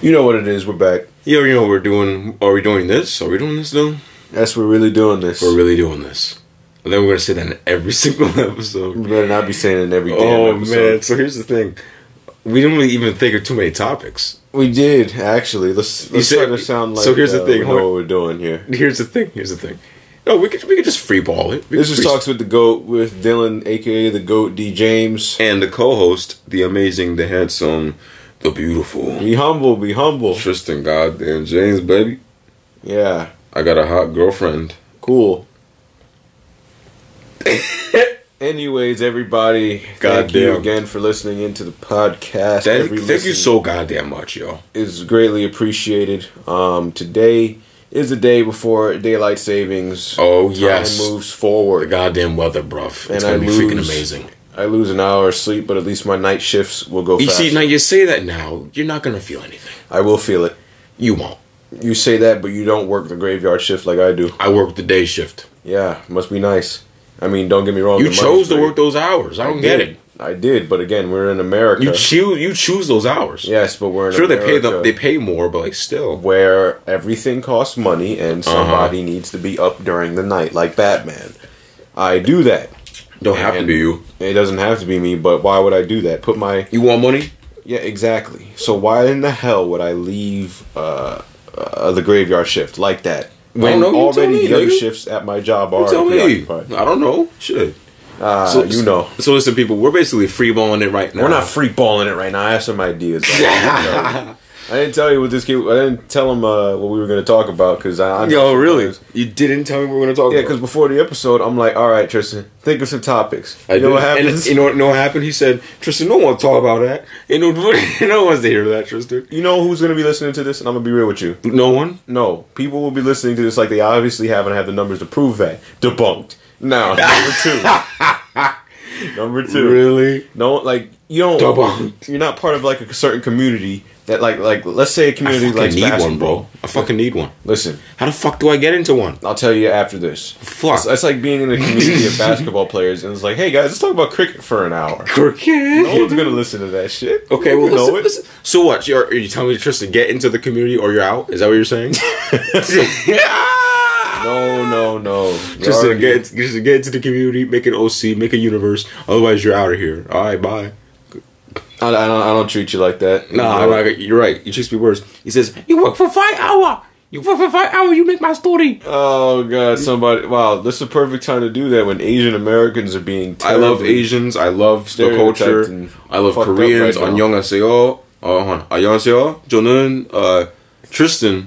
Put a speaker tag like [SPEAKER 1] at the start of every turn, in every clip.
[SPEAKER 1] You know what it is. We're back.
[SPEAKER 2] You already know what we're doing. Are we doing this? Are we doing this though?
[SPEAKER 1] Yes, we're really doing this.
[SPEAKER 2] We're really doing this. And then we're gonna say that in every single episode.
[SPEAKER 1] we better not be saying it in every damn
[SPEAKER 2] Oh
[SPEAKER 1] episode.
[SPEAKER 2] man! So here's the thing. We didn't really even think of too many topics.
[SPEAKER 1] We did actually. Let's
[SPEAKER 2] You
[SPEAKER 1] let's
[SPEAKER 2] said-
[SPEAKER 1] try to sound like.
[SPEAKER 2] so here's the
[SPEAKER 1] uh,
[SPEAKER 2] thing,
[SPEAKER 1] We know
[SPEAKER 2] hold on.
[SPEAKER 1] what we're doing here.
[SPEAKER 2] Here's the thing. Here's the thing. No, we could we could just freeball it. We
[SPEAKER 1] This
[SPEAKER 2] could
[SPEAKER 1] is
[SPEAKER 2] free-
[SPEAKER 1] talks with the goat with Dylan, aka the goat D James.
[SPEAKER 2] and the co-host, the amazing, the handsome, the beautiful
[SPEAKER 1] Be humble. Be humble.
[SPEAKER 2] Tristan, goddamn James, baby.
[SPEAKER 1] Yeah.
[SPEAKER 2] I got a hot girlfriend.
[SPEAKER 1] Cool. Anyways, everybody, thank you
[SPEAKER 2] Goddamn.
[SPEAKER 1] again for listening into the podcast.
[SPEAKER 2] Thank,
[SPEAKER 1] Every
[SPEAKER 2] thank you
[SPEAKER 1] listen-
[SPEAKER 2] so goddamn much, y'all.
[SPEAKER 1] is greatly appreciated. Um, today is the day before daylight savings.
[SPEAKER 2] Oh yes,
[SPEAKER 1] time moves
[SPEAKER 2] the
[SPEAKER 1] forward.
[SPEAKER 2] goddamn weather, bruv.
[SPEAKER 1] And
[SPEAKER 2] It's
[SPEAKER 1] I
[SPEAKER 2] gonna be freaking
[SPEAKER 1] lose.
[SPEAKER 2] amazing.
[SPEAKER 1] I lose an hour of sleep, but at least my night shifts will go.
[SPEAKER 2] You see,
[SPEAKER 1] faster.
[SPEAKER 2] now you say that now, you're not gonna feel anything.
[SPEAKER 1] I will feel it.
[SPEAKER 2] You won't.
[SPEAKER 1] You say that, but you don't work the graveyard shift like I do.
[SPEAKER 2] I work the day shift.
[SPEAKER 1] Yeah, must be nice. I mean, don't get me wrong.
[SPEAKER 2] You
[SPEAKER 1] the money's
[SPEAKER 2] chose to
[SPEAKER 1] great.
[SPEAKER 2] work those hours. I don't
[SPEAKER 1] I
[SPEAKER 2] get
[SPEAKER 1] did.
[SPEAKER 2] it.
[SPEAKER 1] I did, but again, we're in America.
[SPEAKER 2] You choose. You choose those hours.
[SPEAKER 1] yes, but we're in
[SPEAKER 2] Sure, they
[SPEAKER 1] America.
[SPEAKER 2] pay the, they pay more, but like still.
[SPEAKER 1] where everything costs money and
[SPEAKER 2] Uh-huh.
[SPEAKER 1] somebody needs to be up during the night, like Batman. I do that.
[SPEAKER 2] Don't have to
[SPEAKER 1] And
[SPEAKER 2] be you.
[SPEAKER 1] It doesn't have to be me, but why would I do that? Put my
[SPEAKER 2] You want money?
[SPEAKER 1] yeah, exactly. So why in the hell would I leave uh, uh the graveyard shift like that? When
[SPEAKER 2] know, you
[SPEAKER 1] already
[SPEAKER 2] tell me,
[SPEAKER 1] the other
[SPEAKER 2] nigga.
[SPEAKER 1] shifts at my job
[SPEAKER 2] You
[SPEAKER 1] are
[SPEAKER 2] tell me.
[SPEAKER 1] preoccupied.
[SPEAKER 2] I don't know. Shit.
[SPEAKER 1] Ah, you know,
[SPEAKER 2] So listen, people. We're basically freeballing it right now.
[SPEAKER 1] we're not freak balling it right now. I have some ideas. I didn't tell you what this kid. I didn't tell him uh, what we were going to talk about because I. I
[SPEAKER 2] Yo, really? You didn't tell me we were gonna talk.
[SPEAKER 1] Yeah,
[SPEAKER 2] about.
[SPEAKER 1] because before the episode, I'm like, all right, Tristan, think of some topics.
[SPEAKER 2] I
[SPEAKER 1] you know
[SPEAKER 2] did.
[SPEAKER 1] what
[SPEAKER 2] And
[SPEAKER 1] happens?
[SPEAKER 2] you know, what- know what happened? He said, Tristan, no one want to talk about that. And no, no one wants to hear that, Tristan.
[SPEAKER 1] you know who's going to be listening to this? And I'm going to be real with you.
[SPEAKER 2] No one.
[SPEAKER 1] No, people will be listening to this like they obviously haven't had the numbers to prove that. Debunked. Now, number two. number two.
[SPEAKER 2] Really?
[SPEAKER 1] No, like, you don't.
[SPEAKER 2] Debunked.
[SPEAKER 1] You're not part of, like, a certain community that, like, like let's say a
[SPEAKER 2] I
[SPEAKER 1] community
[SPEAKER 2] fucking
[SPEAKER 1] like
[SPEAKER 2] need
[SPEAKER 1] basketball.
[SPEAKER 2] one, bro. I fucking need one.
[SPEAKER 1] Listen,
[SPEAKER 2] How the fuck do I get into one?
[SPEAKER 1] I'll tell you after this.
[SPEAKER 2] Fuck.
[SPEAKER 1] It's, it's like being in a community of basketball players and it's like, hey, guys, let's talk about cricket for an hour.
[SPEAKER 2] Cricket.
[SPEAKER 1] No one's going to listen to that shit.
[SPEAKER 2] Okay,
[SPEAKER 1] You
[SPEAKER 2] well,
[SPEAKER 1] know
[SPEAKER 2] listen,
[SPEAKER 1] it.
[SPEAKER 2] listen. So what? You're, are you telling me to just to get into the community or you're out? Is that what you're saying? yeah.
[SPEAKER 1] No, no, no.
[SPEAKER 2] Just to
[SPEAKER 1] Already-
[SPEAKER 2] get just to get into the community, make an OC, make a universe. Otherwise, you're out of here. All right, bye.
[SPEAKER 1] I, I don't. I don't treat you like that.
[SPEAKER 2] Nah,
[SPEAKER 1] You
[SPEAKER 2] I'm
[SPEAKER 1] know?
[SPEAKER 2] not, you're right. You just be worse. He says you work for five hour. You work for five hour. You make my story.
[SPEAKER 1] Oh god, somebody! Wow, this is the perfect time to do that when Asian Americans are being.
[SPEAKER 2] I love
[SPEAKER 1] terribly-
[SPEAKER 2] Asians. I love the
[SPEAKER 1] Stereotyped
[SPEAKER 2] culture.
[SPEAKER 1] and
[SPEAKER 2] I love
[SPEAKER 1] fucked up
[SPEAKER 2] Koreans.
[SPEAKER 1] right now.
[SPEAKER 2] 안녕하세요. 어, hold on. 안녕하세요. 저는 어, Tristan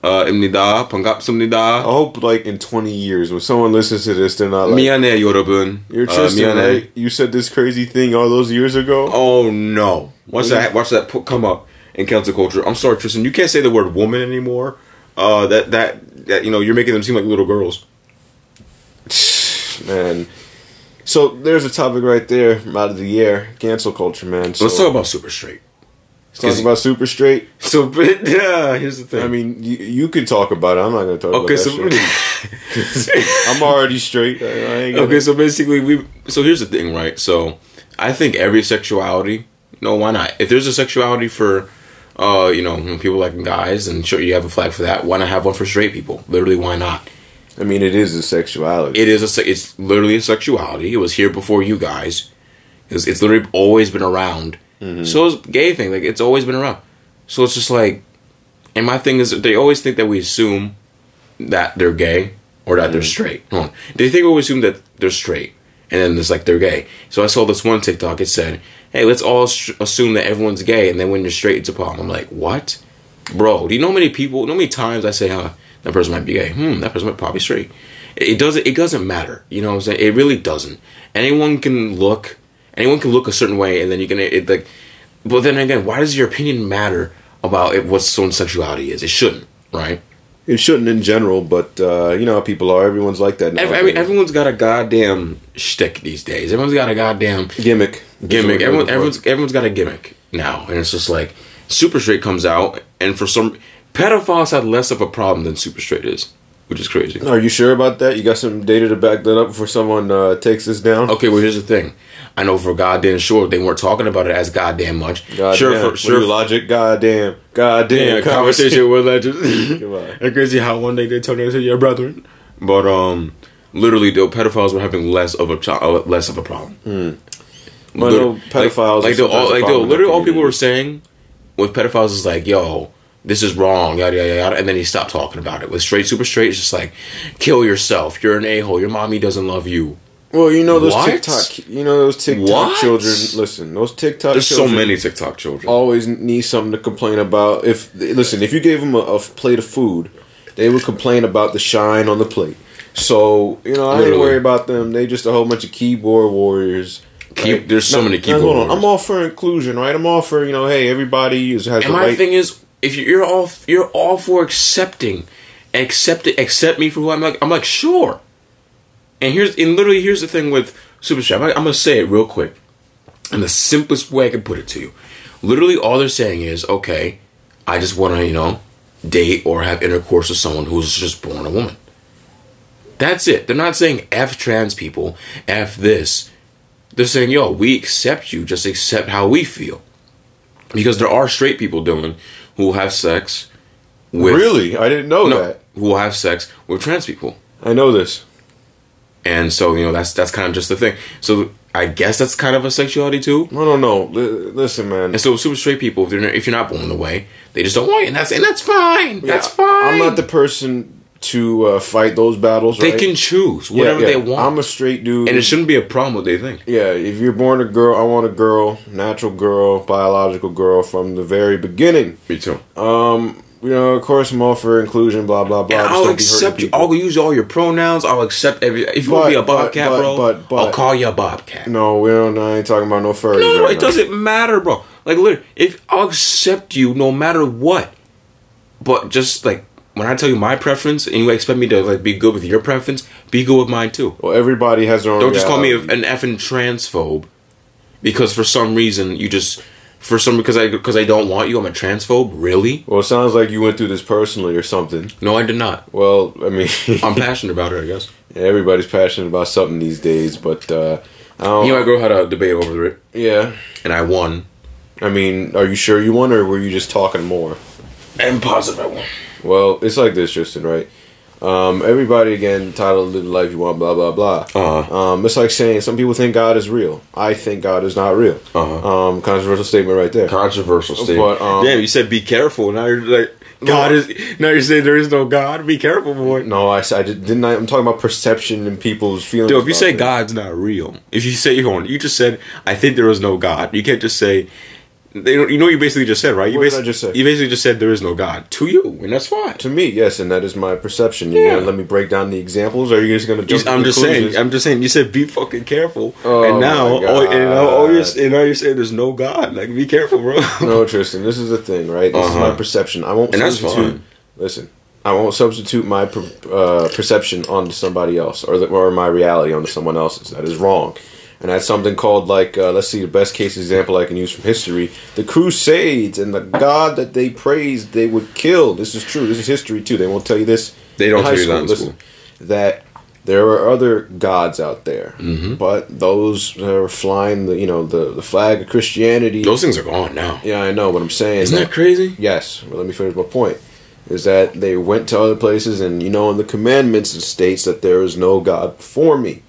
[SPEAKER 2] 어, 입니다. 반갑습니다.
[SPEAKER 1] I hope, like in twenty years, when someone listens to this, they're not like,
[SPEAKER 2] 미안해 여러분.
[SPEAKER 1] Oh. "You're
[SPEAKER 2] 어,
[SPEAKER 1] Tristan,
[SPEAKER 2] 미안해.
[SPEAKER 1] right? You said this crazy thing all those years ago."
[SPEAKER 2] Oh no! Watch
[SPEAKER 1] Really?
[SPEAKER 2] that. Watch that put, come up in council culture. I'm sorry, Tristan. You can't say the word woman anymore. Uh, that that that you know you're making them seem like little girls.
[SPEAKER 1] Man, so there's a topic right there out of the air: cancel culture, man. So,
[SPEAKER 2] Let's talk about super straight.
[SPEAKER 1] let's talk about super straight.
[SPEAKER 2] So, but yeah, here's the thing.
[SPEAKER 1] I mean, you, you could talk about it. I'm not gonna talk
[SPEAKER 2] okay,
[SPEAKER 1] about that.
[SPEAKER 2] so
[SPEAKER 1] shit. I'm already straight. I, I ain't gonna-
[SPEAKER 2] okay, so basically we. So here's the thing, right? So I think every sexuality. No, why not? If there's a sexuality for, uh, you know, people like guys, and sure you have a flag for that. Why not have one for straight people? Literally, why not?
[SPEAKER 1] I mean, it is a sexuality.
[SPEAKER 2] it is a se- it's literally a sexuality. It was here before you guys. It's, it's literally always been around. So is gay thing like it's always been around. So it's just like, and my thing is they always think that we assume that they're gay or that they're straight. Hold on. They think we always assume that they're straight, and then it's like they're gay. So I saw this one TikTok. It said, "Hey, let's all sh- assume that everyone's gay, and then when you're straight, it's a problem." I'm like, what? bro, do you know how many people, know how many times I say, huh, that person might be gay. Hmm, that person might probably straight. It it doesn't. It doesn't matter. You know what I'm saying? It really doesn't. Anyone can look. Anyone can look a certain way, and then you can it, like. But then again, why does your opinion matter about it, what someone's sexuality is? It shouldn't, right?
[SPEAKER 1] It shouldn't in general, but uh, you know how people are. Everyone's like that.
[SPEAKER 2] Every,
[SPEAKER 1] nowadays.
[SPEAKER 2] every- everyone's got a goddamn shtick these days. Everyone's got a goddamn
[SPEAKER 1] gimmick.
[SPEAKER 2] gimmick. Everyone, everyone's
[SPEAKER 1] everyone's
[SPEAKER 2] everyone's got a gimmick now, and it's just like Super Straight comes out, and for some pedophiles had less of a problem than Super Straight is. which is crazy.
[SPEAKER 1] Are you sure about that? You got some data to back that up before someone uh, takes this down?
[SPEAKER 2] Okay, well here's the thing. I know for goddamn sure they weren't talking about it as goddamn much.
[SPEAKER 1] God
[SPEAKER 2] sure,
[SPEAKER 1] damn.
[SPEAKER 2] for
[SPEAKER 1] What are
[SPEAKER 2] sure.
[SPEAKER 1] you, logic. Goddamn. Goddamn.
[SPEAKER 2] yeah, conversation with legends.
[SPEAKER 1] Come on.
[SPEAKER 2] and crazy how one day they turned into your brethren. But um, literally, though pedophiles were having less of a chi- uh, less of a problem.
[SPEAKER 1] Well, I know uh, pedophiles
[SPEAKER 2] like, like
[SPEAKER 1] are
[SPEAKER 2] the, all,
[SPEAKER 1] sometimes a
[SPEAKER 2] like the,
[SPEAKER 1] problem in
[SPEAKER 2] literally
[SPEAKER 1] our
[SPEAKER 2] all people
[SPEAKER 1] community.
[SPEAKER 2] were saying with pedophiles is like, yo, this is wrong, yada yada yada, and then he stopped talking about it. With straight, super straight, it's just like, kill yourself. You're an a hole. Your mommy doesn't love you.
[SPEAKER 1] Well, you know those
[SPEAKER 2] What?
[SPEAKER 1] TikTok. You know those TikTok
[SPEAKER 2] What?
[SPEAKER 1] children. Listen, those TikTok.
[SPEAKER 2] There's so
[SPEAKER 1] children
[SPEAKER 2] many TikTok children.
[SPEAKER 1] Always need something to complain about. If listen, if you gave them a, a plate of food, they would complain about the shine on the plate. So you know, I ain't
[SPEAKER 2] Literally.
[SPEAKER 1] worried about them. They just a whole bunch of keyboard warriors.
[SPEAKER 2] Key- there's so many keyboard warriors.
[SPEAKER 1] I'm all for inclusion, right? I'm all for you know, hey, everybody is, has
[SPEAKER 2] And
[SPEAKER 1] the
[SPEAKER 2] my
[SPEAKER 1] right.
[SPEAKER 2] thing is, if you- you're all you're all for accepting, accept it, accept me for who I'm like. I'm like sure. And here's and literally here's the thing with Super Strap. I, I'm gonna say it real quick, in the simplest way I can put it to you. Literally, all they're saying is, okay, I just want to you know date or have intercourse with someone who's just born a woman. That's it. They're not saying f trans people, f this. They're saying, yo, we accept you. Just accept how we feel because there are straight people, Dylan, who have sex with
[SPEAKER 1] really, I didn't know
[SPEAKER 2] no,
[SPEAKER 1] that.
[SPEAKER 2] who have sex with trans people,
[SPEAKER 1] I know this.
[SPEAKER 2] and so you know that's that's kind of just the thing. So I guess that's kind of a sexuality too.
[SPEAKER 1] No, no, no. Li- listen, man.
[SPEAKER 2] And so super straight people, if, they're, not- if you're not born the way, they just don't want you, and that's and that's fine. that's
[SPEAKER 1] Yeah,
[SPEAKER 2] fine.
[SPEAKER 1] I'm not the person to uh, fight those battles.
[SPEAKER 2] they
[SPEAKER 1] right?
[SPEAKER 2] can choose
[SPEAKER 1] Yeah,
[SPEAKER 2] whatever
[SPEAKER 1] yeah.
[SPEAKER 2] they want,
[SPEAKER 1] I'm a straight dude.
[SPEAKER 2] and it shouldn't be a problem what they think.
[SPEAKER 1] yeah, if you're born a girl, I want a girl, natural girl, biological girl from the very beginning.
[SPEAKER 2] Me too.
[SPEAKER 1] You know, of course, I'm all for inclusion, blah blah blah.
[SPEAKER 2] And
[SPEAKER 1] Just don't be
[SPEAKER 2] I'll
[SPEAKER 1] hurting
[SPEAKER 2] accept you.
[SPEAKER 1] people.
[SPEAKER 2] I'll use all your pronouns. I'll accept every. If you want to be a
[SPEAKER 1] But- but-
[SPEAKER 2] bobcat,
[SPEAKER 1] but-
[SPEAKER 2] bro,
[SPEAKER 1] but- but-
[SPEAKER 2] I'll call you a bobcat.
[SPEAKER 1] No, we don't. I ain't talking about no furries.
[SPEAKER 2] No, no,
[SPEAKER 1] right
[SPEAKER 2] it
[SPEAKER 1] now.
[SPEAKER 2] doesn't matter, bro. Like, literally, if I'll accept you no matter what, but just like when I tell you my preference and you expect me to like be good with your preference, be good with mine too.
[SPEAKER 1] Well, everybody has their own.
[SPEAKER 2] Don't just call me
[SPEAKER 1] reality.
[SPEAKER 2] an effing transphobe because for some reason you just for some because I because I don't want you, I'm a transphobe. Really?
[SPEAKER 1] Well, it sounds like you went through this personally or something.
[SPEAKER 2] No, I did not.
[SPEAKER 1] Well, I mean,
[SPEAKER 2] I'm passionate about it, I guess.
[SPEAKER 1] everybody's passionate about something these days, but uh, I don't.
[SPEAKER 2] You know, my girl had a debate over it,
[SPEAKER 1] yeah.
[SPEAKER 2] and I won.
[SPEAKER 1] I mean, are you sure you won, or were you just talking more?
[SPEAKER 2] And positive, I won.
[SPEAKER 1] Well, it's like this, Tristan, right? Um, everybody again, titled "Live the Life You Want," blah blah blah.
[SPEAKER 2] Uh-huh.
[SPEAKER 1] Um, it's like saying some people think God is real. I think God is not real.
[SPEAKER 2] Uh-huh.
[SPEAKER 1] Um, controversial statement right there.
[SPEAKER 2] controversial statement.
[SPEAKER 1] But, um,
[SPEAKER 2] Damn, you said be careful. Now you're like God is. Now you're saying there is no God. Be careful, boy.
[SPEAKER 1] no, I, s- I did, didn't. I, I'm talking about perception and people's feelings.
[SPEAKER 2] Dude, if you
[SPEAKER 1] about
[SPEAKER 2] say
[SPEAKER 1] it.
[SPEAKER 2] God's not real, if you say you're on, you just said I think there is no God. You can't just say. They don't, you know what you basically just said right. You
[SPEAKER 1] What did I
[SPEAKER 2] basi-
[SPEAKER 1] just say?
[SPEAKER 2] You basically just said there is no God to you, and that's fine.
[SPEAKER 1] to me, yes, and that is my perception. You
[SPEAKER 2] Yeah.
[SPEAKER 1] gonna let me break down the examples, or are you just gonna?
[SPEAKER 2] You-
[SPEAKER 1] Jump to
[SPEAKER 2] I'm just
[SPEAKER 1] conclusions?
[SPEAKER 2] saying. I'm just saying. You said be fucking careful,
[SPEAKER 1] Oh
[SPEAKER 2] and now
[SPEAKER 1] my
[SPEAKER 2] all, and now all you're
[SPEAKER 1] God.
[SPEAKER 2] and now you're saying there's no God. Like be careful, bro.
[SPEAKER 1] No, Tristan, this is the thing, right? This
[SPEAKER 2] Uh-huh.
[SPEAKER 1] is my perception. I won't
[SPEAKER 2] And that's
[SPEAKER 1] substitute.
[SPEAKER 2] fine.
[SPEAKER 1] Listen, I won't substitute my per, uh, perception onto somebody else, or the, or my reality onto someone else's. That is wrong, and that's something called like uh, let's see the best case example I can use from history: the Crusades and the god that they praised they would kill. This is true. This is history too. They won't tell you this.
[SPEAKER 2] They
[SPEAKER 1] in
[SPEAKER 2] don't
[SPEAKER 1] high
[SPEAKER 2] tell you that in school.
[SPEAKER 1] that there are other gods out there,
[SPEAKER 2] Mm-hmm.
[SPEAKER 1] but those that are flying the you know the, the flag of Christianity.
[SPEAKER 2] Those things are gone now.
[SPEAKER 1] Yeah, I know what I'm saying.
[SPEAKER 2] Isn't that crazy?
[SPEAKER 1] Yes. Well, let me finish my point. Is that they went to other places, and you know, in the commandments it states that there is no God before me,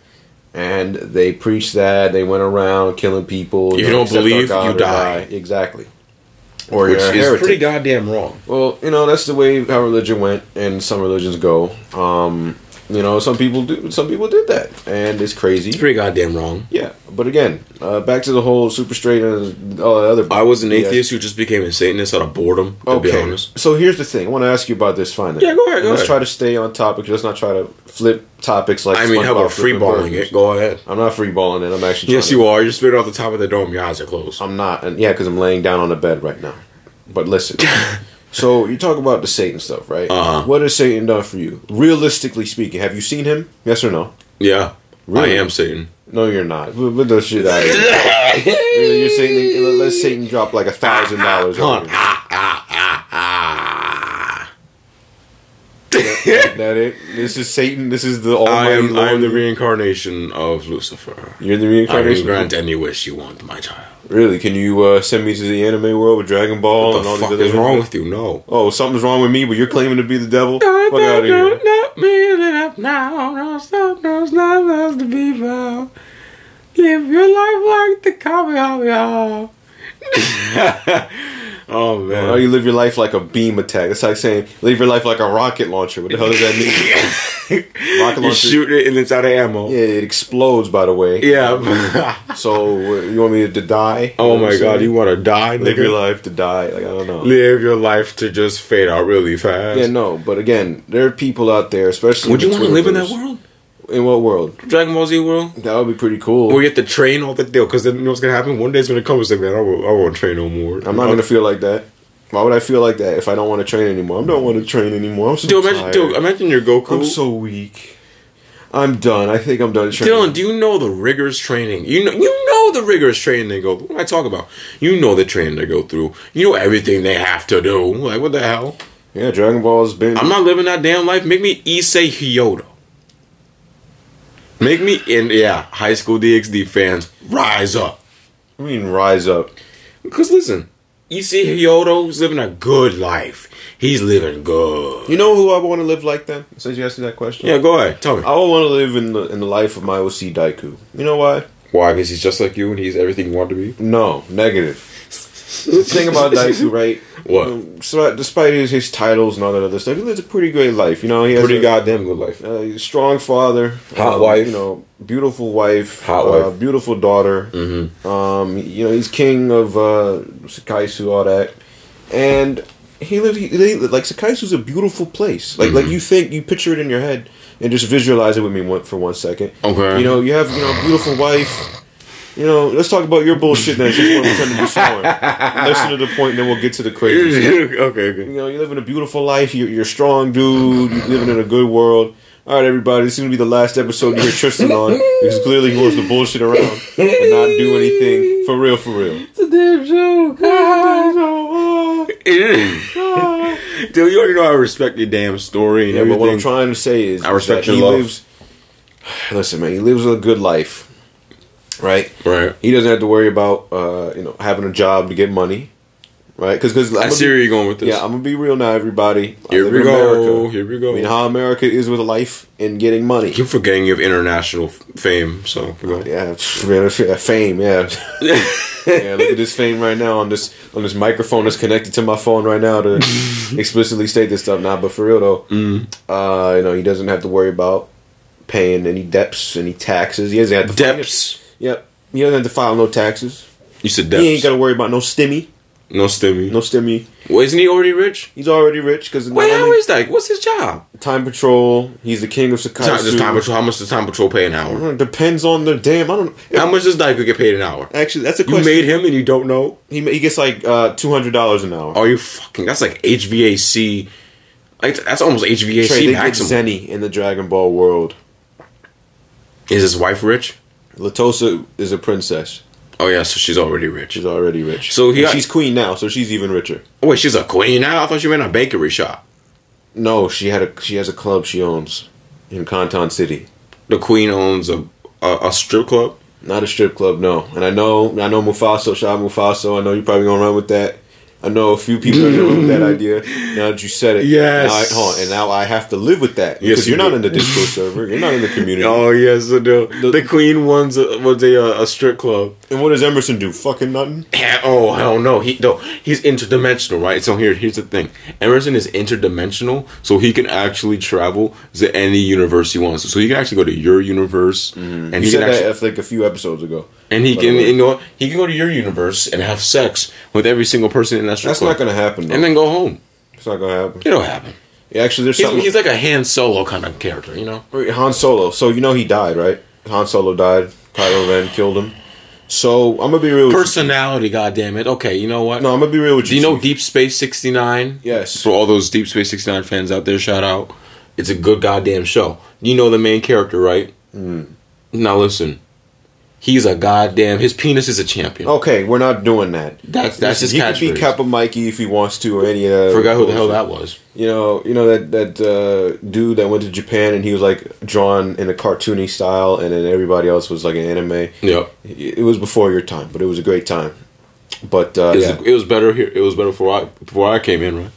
[SPEAKER 1] and they preached that. They went around killing people.
[SPEAKER 2] If you don't
[SPEAKER 1] accept our
[SPEAKER 2] believe,
[SPEAKER 1] God
[SPEAKER 2] you
[SPEAKER 1] or
[SPEAKER 2] die.
[SPEAKER 1] Exactly. Or
[SPEAKER 2] Which
[SPEAKER 1] you're a
[SPEAKER 2] is
[SPEAKER 1] heretic.
[SPEAKER 2] pretty goddamn wrong.
[SPEAKER 1] Well, you know, that's the way how religion went, and some religions go. Um, you know, some people do. Some people did that, and it's crazy.
[SPEAKER 2] It's pretty goddamn wrong.
[SPEAKER 1] yeah, but again, uh, back to the whole super straight and all the other.
[SPEAKER 2] I was an
[SPEAKER 1] Yes.
[SPEAKER 2] atheist who just became a Satanist out of boredom, to be honest.
[SPEAKER 1] So here's the thing. I want to ask you about this finally.
[SPEAKER 2] Yeah, go ahead,
[SPEAKER 1] And
[SPEAKER 2] go
[SPEAKER 1] Let's
[SPEAKER 2] ahead.
[SPEAKER 1] try to stay on topic. Let's not try to flip topics like.
[SPEAKER 2] I mean, how
[SPEAKER 1] SpongeBob
[SPEAKER 2] about
[SPEAKER 1] flipping
[SPEAKER 2] freeballing
[SPEAKER 1] burgers.
[SPEAKER 2] it? Go ahead.
[SPEAKER 1] I'm not freeballing it. I'm actually.
[SPEAKER 2] Yes,
[SPEAKER 1] trying to- Um,
[SPEAKER 2] you are. You're spitting off the top of the dome. Your eyes are closed.
[SPEAKER 1] I'm not, and yeah, because I'm laying down on the bed right now. But listen. so you talk about the Satan stuff, right?
[SPEAKER 2] Uh-huh.
[SPEAKER 1] What has Satan done for you, realistically speaking? Have you seen him? Yes or no?
[SPEAKER 2] Yeah,
[SPEAKER 1] Really?
[SPEAKER 2] I am Satan.
[SPEAKER 1] No, you're not. But but the shit out of here. Really, You're Satan. Let Satan drop like a
[SPEAKER 2] Ah,
[SPEAKER 1] thousand dollars
[SPEAKER 2] Come
[SPEAKER 1] on
[SPEAKER 2] on.
[SPEAKER 1] you.
[SPEAKER 2] Ah, ah, ah, ah.
[SPEAKER 1] that it? This is Satan. This is the
[SPEAKER 2] I
[SPEAKER 1] Almighty
[SPEAKER 2] am,
[SPEAKER 1] Lord.
[SPEAKER 2] I am the reincarnation of Lucifer.
[SPEAKER 1] You're the
[SPEAKER 2] I will
[SPEAKER 1] reincarnation.
[SPEAKER 2] grant any wish you want, my child.
[SPEAKER 1] Really? Can you uh, send me to the anime world with Dragon Ball
[SPEAKER 2] What
[SPEAKER 1] and all
[SPEAKER 2] the
[SPEAKER 1] Oh, these
[SPEAKER 2] fuck
[SPEAKER 1] other?
[SPEAKER 2] is wrong with you? No.
[SPEAKER 1] Oh, something's wrong with me, but you're claiming to be the devil. Fuck out of here.
[SPEAKER 2] Not me up now. No stop, no stop, has to be found. Live your life like the copy of y'all. oh man.
[SPEAKER 1] How you live your life like a beam attack? That's like saying live your life like a rocket launcher. What the hell does that mean? Rocket
[SPEAKER 2] you
[SPEAKER 1] launcher.
[SPEAKER 2] shoot it and it's out of ammo.
[SPEAKER 1] Yeah, it explodes. By the way.
[SPEAKER 2] Yeah.
[SPEAKER 1] So uh, you want me to die?
[SPEAKER 2] oh
[SPEAKER 1] You know what
[SPEAKER 2] my
[SPEAKER 1] I'm
[SPEAKER 2] god,
[SPEAKER 1] saying?
[SPEAKER 2] you want to die?
[SPEAKER 1] live your
[SPEAKER 2] nigga?
[SPEAKER 1] life to die? Like I don't know.
[SPEAKER 2] Live your life to just fade out really fast.
[SPEAKER 1] yeah, no. But again, there are people out there, especially
[SPEAKER 2] Would you
[SPEAKER 1] in the
[SPEAKER 2] want to live in that
[SPEAKER 1] Twitterverse.
[SPEAKER 2] world?
[SPEAKER 1] In what world?
[SPEAKER 2] Dragon Ball Z world?
[SPEAKER 1] That would be pretty cool.
[SPEAKER 2] Where you have to train all the deal? Because then you know what's gonna happen? One day it's gonna come. It's like man, I won't, I won't train no more.
[SPEAKER 1] I'm not gonna feel like that. Why would I feel like that if I don't want to train anymore? I don't want to train anymore. I'm so
[SPEAKER 2] Dude, imagine,
[SPEAKER 1] tired.
[SPEAKER 2] dude, imagine you're Goku.
[SPEAKER 1] I'm so weak. I'm done. I think I'm done training.
[SPEAKER 2] Dylan, do you know the rigorous training? You know, you know the rigorous training they go. Through. What am I talking about? You know the training they go through. You know everything they have to do. Like what the hell?
[SPEAKER 1] Yeah, Dragon Ball's been.
[SPEAKER 2] I'm not living that damn life. Make me Issei Hyoto. Make me and yeah, high school DxD fans rise up.
[SPEAKER 1] I mean, rise up.
[SPEAKER 2] Because listen, Issei Hyoto's living a good life. He's living good.
[SPEAKER 1] You know who I want to live like then? Since you asked me that question,
[SPEAKER 2] Yeah, go ahead. Tell me
[SPEAKER 1] I want to live in the in the life of my OC Daiku. You know why?
[SPEAKER 2] why? Because he's just like you, and he's everything you want to be.
[SPEAKER 1] No, negative. the thing about Daiku, right?
[SPEAKER 2] What?
[SPEAKER 1] Um, so, despite his, his titles and all that other stuff, he lives a pretty great life. You know, he has
[SPEAKER 2] Pretty
[SPEAKER 1] a,
[SPEAKER 2] goddamn good life.
[SPEAKER 1] Uh, he's a strong father,
[SPEAKER 2] Hot
[SPEAKER 1] um,
[SPEAKER 2] wife.
[SPEAKER 1] you know, beautiful wife,
[SPEAKER 2] Hot
[SPEAKER 1] uh,
[SPEAKER 2] wife.
[SPEAKER 1] beautiful daughter. Mm-hmm. Um, you know, he's king of uh, Sakaisu, all that, and he lives he, they- like Sakaisu's a beautiful place. Like,
[SPEAKER 2] Mm-hmm.
[SPEAKER 1] like you think you picture it in your head and just visualize it with me one, for one second.
[SPEAKER 2] Okay.
[SPEAKER 1] you know, you have you know beautiful wife. You know, let's talk about your bullshit then. Since we're pretending to be smaller. Listen to the point, then we'll get to the crazy. stuff
[SPEAKER 2] okay, okay.
[SPEAKER 1] you know, you're living a beautiful life. You're, you're a strong dude. You're living in a good world. All right, everybody, this is gonna be the last episode you hear Tristan on because clearly he wants to bullshit around and not do anything for real, for real.
[SPEAKER 2] It's a damn joke. Dude, you already know I respect your damn story and
[SPEAKER 1] Yeah, but
[SPEAKER 2] everything.
[SPEAKER 1] what I'm trying to say is,
[SPEAKER 2] I
[SPEAKER 1] is
[SPEAKER 2] respect
[SPEAKER 1] that
[SPEAKER 2] your love.
[SPEAKER 1] lives. Listen, man, he lives a good life, right?
[SPEAKER 2] right.
[SPEAKER 1] He doesn't have to worry about uh, you know having a job to get money, right? Because because
[SPEAKER 2] I see where you're going with this.
[SPEAKER 1] Yeah, I'm gonna be real now, everybody. I
[SPEAKER 2] Here
[SPEAKER 1] live
[SPEAKER 2] we
[SPEAKER 1] in
[SPEAKER 2] go, here we go.
[SPEAKER 1] I mean, how America is with life and getting money.
[SPEAKER 2] keep forgetting you have international f- fame, so go.
[SPEAKER 1] Yeah, yeah, fame. Yeah, yeah. Look at this fame right now on this on this microphone that's connected to my phone right now to explicitly state this stuff. Nah, but for real though, uh, you know he doesn't have to worry about paying any debts, any taxes. He doesn't have to
[SPEAKER 2] Depths.
[SPEAKER 1] Yep, he doesn't have to file no taxes.
[SPEAKER 2] You said
[SPEAKER 1] He ain't
[SPEAKER 2] depths.
[SPEAKER 1] got to worry about no stimmy,
[SPEAKER 2] no stimmy.
[SPEAKER 1] no stimmy.
[SPEAKER 2] Well, isn't he already rich?
[SPEAKER 1] He's already rich because
[SPEAKER 2] Wait, how is that? What's his job?
[SPEAKER 1] time patrol. He's the king of Sakai. Mm,
[SPEAKER 2] Time, does time patrol. How much does time patrol pay an hour?
[SPEAKER 1] Depends on the damn. I don't.
[SPEAKER 2] How much does Dyke get paid an hour?
[SPEAKER 1] Actually, that's a
[SPEAKER 2] You
[SPEAKER 1] question.
[SPEAKER 2] made him and you don't know?
[SPEAKER 1] he, ma- he gets like uh, two hundred dollars an hour.
[SPEAKER 2] Are you fucking? That's like HVAC. Like that's almost HVAC
[SPEAKER 1] Trey, they get
[SPEAKER 2] maximum.
[SPEAKER 1] Zenny in the Dragon Ball world.
[SPEAKER 2] Is his wife rich?
[SPEAKER 1] Latosa is a princess.
[SPEAKER 2] Oh yeah, so she's already rich.
[SPEAKER 1] She's already rich.
[SPEAKER 2] So he-
[SPEAKER 1] And she's queen now, so she's even richer.
[SPEAKER 2] Oh, wait, she's a queen now. I thought she ran a bakery shop.
[SPEAKER 1] No, she had a she has a club she owns in Canton City.
[SPEAKER 2] The queen owns a a, a strip club.
[SPEAKER 1] Not a strip club, no. And I know I know Mufasa, shout out Mufasa. I know you're probably gonna run with that. I know a few people are gonna run with that idea. Now that you said it,
[SPEAKER 2] Yes.
[SPEAKER 1] Now I, hold on, and now I have to live with that
[SPEAKER 2] Yes,
[SPEAKER 1] because
[SPEAKER 2] you
[SPEAKER 1] you're not
[SPEAKER 2] do.
[SPEAKER 1] in the Discord server. You're not in the community.
[SPEAKER 2] Oh, yes, the the queen owns a, was a uh, a strip club.
[SPEAKER 1] And what does Emerson do? Fucking nothing.
[SPEAKER 2] Oh hell no, he no, he's interdimensional, right? So here here's the thing, Emerson is interdimensional, so he can actually travel to any universe he wants. So he can actually go to your universe, and
[SPEAKER 1] Mm-hmm. You
[SPEAKER 2] he can
[SPEAKER 1] said
[SPEAKER 2] actually,
[SPEAKER 1] that like a few episodes ago.
[SPEAKER 2] and he
[SPEAKER 1] By
[SPEAKER 2] can
[SPEAKER 1] the way.
[SPEAKER 2] you know he can go to your universe and have sex with every single person in that strip
[SPEAKER 1] That's
[SPEAKER 2] club,
[SPEAKER 1] not gonna happen. Though.
[SPEAKER 2] and then go home.
[SPEAKER 1] it's not gonna happen.
[SPEAKER 2] It'll happen.
[SPEAKER 1] Yeah, actually, there's
[SPEAKER 2] He's,
[SPEAKER 1] something.
[SPEAKER 2] he's like a Han Solo kind of character, you know.
[SPEAKER 1] Wait, Han Solo. So you know he died, right? Han Solo died. Kylo Ren killed him. So I'm gonna be real. With
[SPEAKER 2] Personality, goddammit. Okay, you know what?
[SPEAKER 1] you. No, I'm gonna be real with
[SPEAKER 2] Do
[SPEAKER 1] you.
[SPEAKER 2] you know
[SPEAKER 1] Chief.
[SPEAKER 2] Deep Space 69?
[SPEAKER 1] Yes.
[SPEAKER 2] For all those Deep Space 69 fans out there, shout out. Hmm. It's a good goddamn show. You know the main character, right? Mm. Now listen. He's a goddamn. His penis is a champion.
[SPEAKER 1] Okay, we're not doing that.
[SPEAKER 2] That's- that's his
[SPEAKER 1] He could be
[SPEAKER 2] catchphrase.
[SPEAKER 1] Kappa Mikey if he wants to, or any of that.
[SPEAKER 2] Forgot who the hell that was.
[SPEAKER 1] You know, you know that that uh, dude that went to Japan and he was like drawn in a cartoony style, and then everybody else was like an anime.
[SPEAKER 2] Yep.
[SPEAKER 1] It was before your time, but it was a great time. But uh,
[SPEAKER 2] It was,
[SPEAKER 1] yeah.
[SPEAKER 2] it was better here. It was better before I before I came in, right?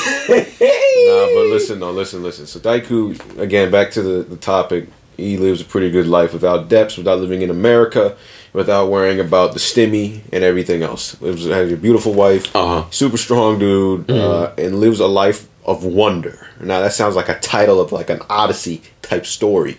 [SPEAKER 1] Nah, but listen, though, listen, listen. So Daiku, again, back to the, the topic. He lives a pretty good life without debts, without living in America, without worrying about the stimmy and everything else. Lives has a beautiful wife,
[SPEAKER 2] Uh-huh. Mm-hmm.
[SPEAKER 1] super strong dude, uh, and lives a life of wonder. Now that sounds like a title of like an Odyssey type story,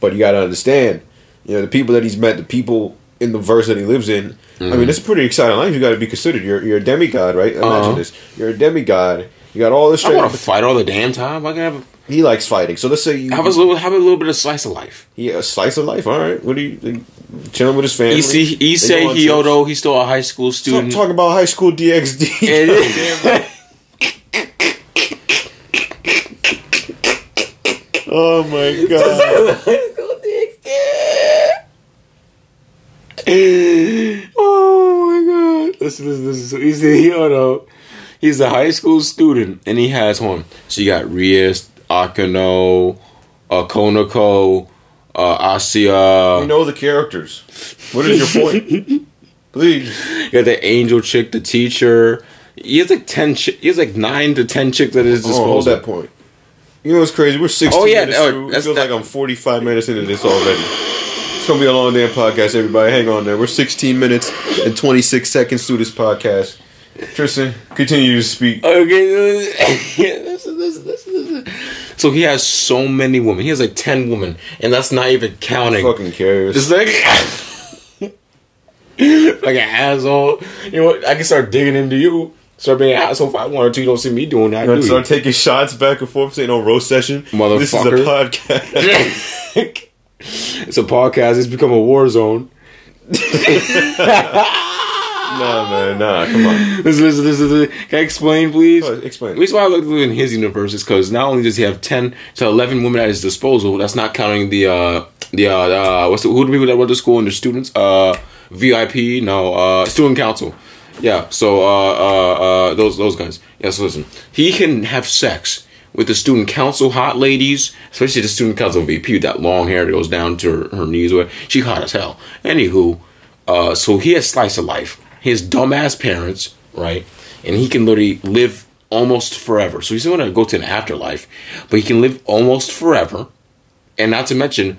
[SPEAKER 1] but you got to understand, you know, the people that he's met, the people in the verse that he lives in. I
[SPEAKER 2] Mm-hmm.
[SPEAKER 1] mean, it's a pretty exciting life. You got to be considered. You're you're a demigod, right? Imagine
[SPEAKER 2] Uh-huh.
[SPEAKER 1] this. You're a demigod. You got all this.
[SPEAKER 2] I
[SPEAKER 1] straight
[SPEAKER 2] want to fight all the damn time. I can have
[SPEAKER 1] he likes fighting. So let's say you
[SPEAKER 2] have a little have a little bit of slice of life.
[SPEAKER 1] he a slice of life. All right, what do you think? Chilling with his family.
[SPEAKER 2] Issei
[SPEAKER 1] They
[SPEAKER 2] Issei
[SPEAKER 1] go on trips.
[SPEAKER 2] Hyodo. He's still a high school
[SPEAKER 1] Stop
[SPEAKER 2] student.
[SPEAKER 1] talking about high school DxD.
[SPEAKER 2] It is.
[SPEAKER 1] oh my god.
[SPEAKER 2] oh my god! Listen, listen, listen. So he's a hero. He's a high school student, and he has one. So you got Rias, Akano, uh, Konako, uh, Asia.
[SPEAKER 1] You know the characters. What is your point? Please.
[SPEAKER 2] You got the angel chick, the teacher. He has like ten. Chi- he has like nine to ten chicks at his
[SPEAKER 1] Oh, hold
[SPEAKER 2] disposal.
[SPEAKER 1] that point. You know what's crazy? We're 16
[SPEAKER 2] Oh, yeah,
[SPEAKER 1] minutes
[SPEAKER 2] no,
[SPEAKER 1] through. It
[SPEAKER 2] that's-
[SPEAKER 1] feels
[SPEAKER 2] that-
[SPEAKER 1] like I'm 45 minutes into this already. It's going to be a long damn podcast, everybody. Hang on there. We're 16 minutes and 26 seconds through this podcast. Tristan, continue to speak.
[SPEAKER 2] Uh, Okay, listen, listen, listen, listen. So he has so many women. He has like ten women, and that's not even counting.
[SPEAKER 1] fucking cares.
[SPEAKER 2] This nigga, like an asshole. You know what? I can start digging into you. Start being an asshole if I wanted to. You don't see me doing that,
[SPEAKER 1] Gonna
[SPEAKER 2] do
[SPEAKER 1] start taking shots back and forth, saying no roast session. This is a
[SPEAKER 2] Motherfucker.
[SPEAKER 1] podcast.
[SPEAKER 2] you? it's a podcast. It's become a war zone.
[SPEAKER 1] nah, man, nah, come on.
[SPEAKER 2] Listen, listen, listen, listen. Can I explain, please?
[SPEAKER 1] Go ahead, explain.
[SPEAKER 2] The reason why I look in his universe is because not only does he have ten to eleven women at his disposal, that's not counting the uh the uh, uh what's the, who the people that went to school and the students uh VIP no uh student council yeah so uh uh, uh those those guys yes listen he can have sex with the student council hot ladies especially the student council VP with that long hair that goes down to her, her knees where she hot as hell anywho uh, so he has slice of life. His dumbass parents, right? And he can literally live almost forever. So he's going to go to an afterlife, but he can live almost forever. And not to mention,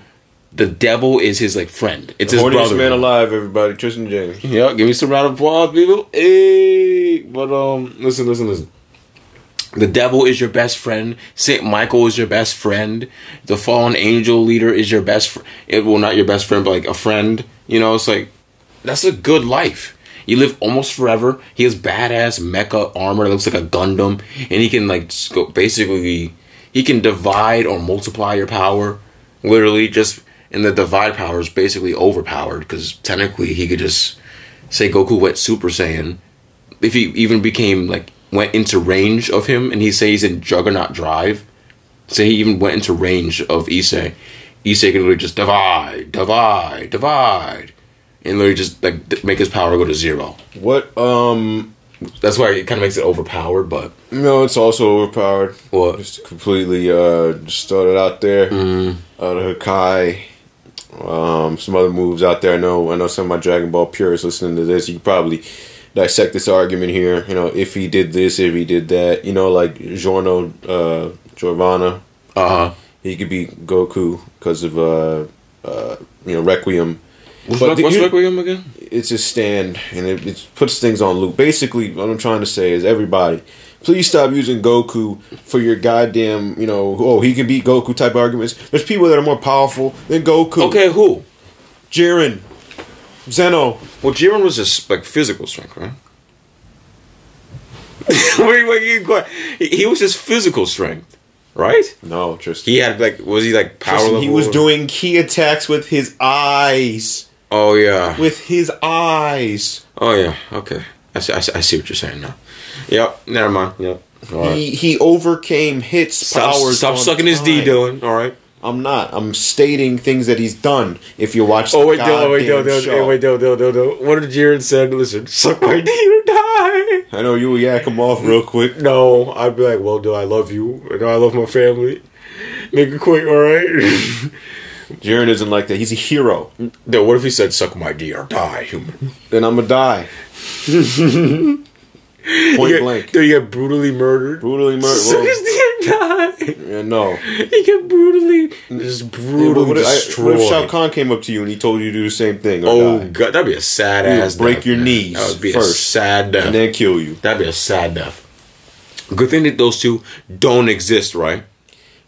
[SPEAKER 2] the devil is his like friend. It's his
[SPEAKER 1] Horniest
[SPEAKER 2] brother.
[SPEAKER 1] man alive, everybody. Tristan James.
[SPEAKER 2] Yeah, give me some round of applause, people. Hey, but um, listen, listen, listen. The devil is your best friend. Saint Michael is your best friend. The fallen angel leader is your best. Fr- it well, not your best friend, but like a friend. You know, it's like that's a good life. You live almost forever. He has badass mecha armor that looks like a Gundam, and he can like just go, basically he can divide or multiply your power. Literally, just and the divide power is basically overpowered because technically he could just say Goku went Super Saiyan if he even became like went into range of him and he says in Juggernaut Drive, say he even went into range of Issei, Issei can literally just divide, divide, divide, and literally just like d- make his power go to zero.
[SPEAKER 1] What? Um,
[SPEAKER 2] That's why it kind of makes it overpowered, but
[SPEAKER 1] no, it's also overpowered.
[SPEAKER 2] What?
[SPEAKER 1] Just completely uh, just started out there.
[SPEAKER 2] Mm-hmm.
[SPEAKER 1] Uh, the Hakai. Um, some other moves out there. I know. I know some of my Dragon Ball purists listening to this. You could probably dissect this argument here. You know, if he did this, if he did that. You know, like Giorno, uh, Giovanna.
[SPEAKER 2] uh huh.
[SPEAKER 1] He could be Goku because of uh, uh, you know Requiem.
[SPEAKER 2] What's,
[SPEAKER 1] But
[SPEAKER 2] Rec-
[SPEAKER 1] the-
[SPEAKER 2] what's
[SPEAKER 1] you-
[SPEAKER 2] Requiem again?
[SPEAKER 1] It's a stand, and it, it puts things on loop. Basically, what I'm trying to say is, everybody, please stop using Goku for your goddamn, you know, oh he can beat Goku type arguments. There's people that are more powerful than Goku.
[SPEAKER 2] Okay, who?
[SPEAKER 1] Jiren, Zeno.
[SPEAKER 2] Well, Jiren was just like physical strength, right? wait, wait, wait, He he was just physical strength, right?
[SPEAKER 1] No, Tristan.
[SPEAKER 2] He had like, was he like power?
[SPEAKER 1] Tristan, he
[SPEAKER 2] level
[SPEAKER 1] was
[SPEAKER 2] or-
[SPEAKER 1] doing key attacks with his eyes.
[SPEAKER 2] Oh yeah.
[SPEAKER 1] With his eyes.
[SPEAKER 2] Oh yeah. Okay. I see, I see, I see what you're saying now. Yep. Never mind. Yep. All right.
[SPEAKER 1] He he overcame hits.
[SPEAKER 2] Stop,
[SPEAKER 1] powers
[SPEAKER 2] stop
[SPEAKER 1] on
[SPEAKER 2] sucking his D,
[SPEAKER 1] time.
[SPEAKER 2] Dylan. All right.
[SPEAKER 1] I'm not. I'm stating things that he's done. If you watch,
[SPEAKER 2] Oh
[SPEAKER 1] the
[SPEAKER 2] wait, no, wait, no,
[SPEAKER 1] goddamn
[SPEAKER 2] no,
[SPEAKER 1] show.
[SPEAKER 2] no, wait, no, no, no, no. What did Jiren said? Listen, suck my dick or die.
[SPEAKER 1] I know you yak him off real quick.
[SPEAKER 2] No, I'd be like, well, do I love you? No, I love my family. Make it quick, all right?
[SPEAKER 1] Jiren isn't like that. He's a hero.
[SPEAKER 2] no, what if he said, suck my D or die, human?
[SPEAKER 1] Then I'm gonna die. Point blank.
[SPEAKER 2] Do you get brutally murdered?
[SPEAKER 1] Brutally
[SPEAKER 2] Suck
[SPEAKER 1] murdered.
[SPEAKER 2] his D or die.
[SPEAKER 1] Well, yeah, no.
[SPEAKER 2] You get brutally, just brutally
[SPEAKER 1] what, if, I- what
[SPEAKER 2] destroyed.
[SPEAKER 1] if Shao Kahn came up to you and he told you to do the same thing? Or
[SPEAKER 2] oh,
[SPEAKER 1] die,
[SPEAKER 2] God, that'd be a sad
[SPEAKER 1] would
[SPEAKER 2] ass
[SPEAKER 1] break
[SPEAKER 2] death,
[SPEAKER 1] your
[SPEAKER 2] man.
[SPEAKER 1] knees
[SPEAKER 2] That would be a
[SPEAKER 1] first.
[SPEAKER 2] sad death.
[SPEAKER 1] and then kill you.
[SPEAKER 2] that'd be a sad death. Good thing that those two don't exist, right?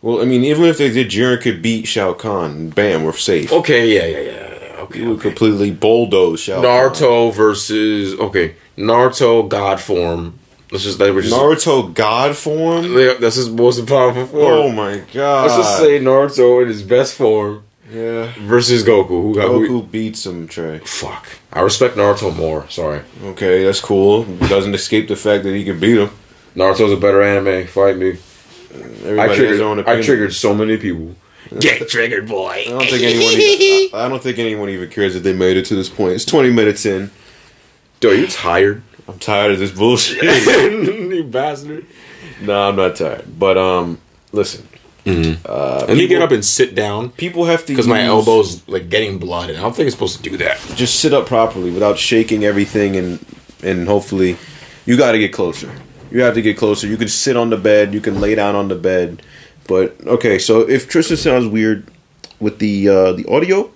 [SPEAKER 1] Well, I mean, even if they did, Jiren could beat Shao Kahn. and Bam, we're safe.
[SPEAKER 2] Okay, yeah, yeah, yeah. yeah, Okay,
[SPEAKER 1] He would
[SPEAKER 2] okay.
[SPEAKER 1] completely bulldoze Shao Kahn.
[SPEAKER 2] Naruto versus okay, Naruto God form. Let's just that was just
[SPEAKER 1] Naruto God form.
[SPEAKER 2] Yeah, that's his most powerful form.
[SPEAKER 1] Oh my God!
[SPEAKER 2] Let's just say Naruto in his best form
[SPEAKER 1] yeah.
[SPEAKER 2] versus Goku. Who got Who,
[SPEAKER 1] Goku beats him, Trey.
[SPEAKER 2] fuck. I respect Naruto more. Sorry,
[SPEAKER 1] Okay, that's cool. Doesn't escape the fact that he can beat him.
[SPEAKER 2] Naruto's a better anime. Fight me.
[SPEAKER 1] Everybody
[SPEAKER 2] I
[SPEAKER 1] has their own
[SPEAKER 2] triggered. I
[SPEAKER 1] opinion.
[SPEAKER 2] triggered so many people. Get triggered, boy.
[SPEAKER 1] I don't think anyone. Even, I I don't think anyone even cares that they made it to this point. It's 20 minutes in.
[SPEAKER 2] Dude, are you tired?
[SPEAKER 1] I'm tired of this bullshit.
[SPEAKER 2] you bastard.
[SPEAKER 1] no, I'm not tired. But um, listen, Uh,
[SPEAKER 2] Let me get up and sit down
[SPEAKER 1] people have to
[SPEAKER 2] because my
[SPEAKER 1] use-
[SPEAKER 2] elbow's like getting blood, and I don't think it's supposed to do that.
[SPEAKER 1] just sit up properly without shaking everything and and hopefully you got to get closer. You have to get closer. You can sit on the bed, you can lay down on the bed. But okay, so if Tristan sounds weird with the uh the audio,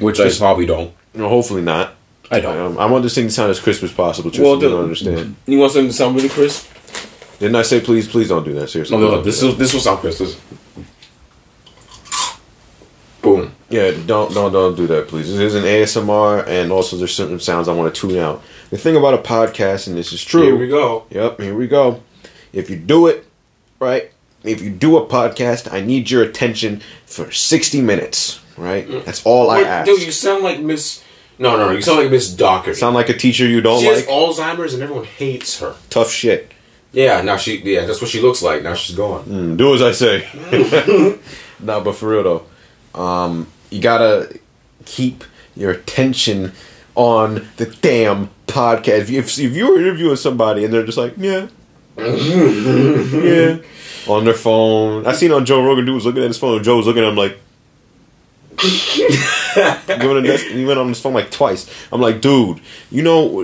[SPEAKER 2] Which I probably don't.
[SPEAKER 1] no, hopefully not.
[SPEAKER 2] I
[SPEAKER 1] Um, I want this thing to sound as crisp as possible. Tristan,
[SPEAKER 2] Well,
[SPEAKER 1] you don't
[SPEAKER 2] the-
[SPEAKER 1] understand.
[SPEAKER 2] You want something to sound really crisp?
[SPEAKER 1] Didn't I say please, please don't do that? Seriously,
[SPEAKER 2] No, no, no. This is this will sound crisp. This. Boom.
[SPEAKER 1] Yeah, don't don't don't do that, please. There's an ASMR, and also there's certain sounds I want to tune out. The thing about a podcast, and this is true.
[SPEAKER 2] go.
[SPEAKER 1] Yep, here we go. If you do it, right? If you do a podcast, I need your attention for 60 minutes, right? That's all I ask.
[SPEAKER 2] dude, Mm. you sound like Miss. No, no, no. You sound like Miss Docker.
[SPEAKER 1] Sound like a teacher you don't
[SPEAKER 2] she has
[SPEAKER 1] like?
[SPEAKER 2] Alzheimer's and everyone hates her.
[SPEAKER 1] Tough shit.
[SPEAKER 2] Yeah, now she. Yeah, that's what she looks like. Now she's gone.
[SPEAKER 1] Mm, do as I say. nah, but for real though, um, you gotta keep your attention on the damn podcast. If, if, if you're interviewing somebody and they're just like, yeah, yeah, on their phone. I seen on Joe Rogan, dude was looking at his phone. Joe was looking at him like. he, went on his, he went on his phone like twice. I'm like, dude, you know,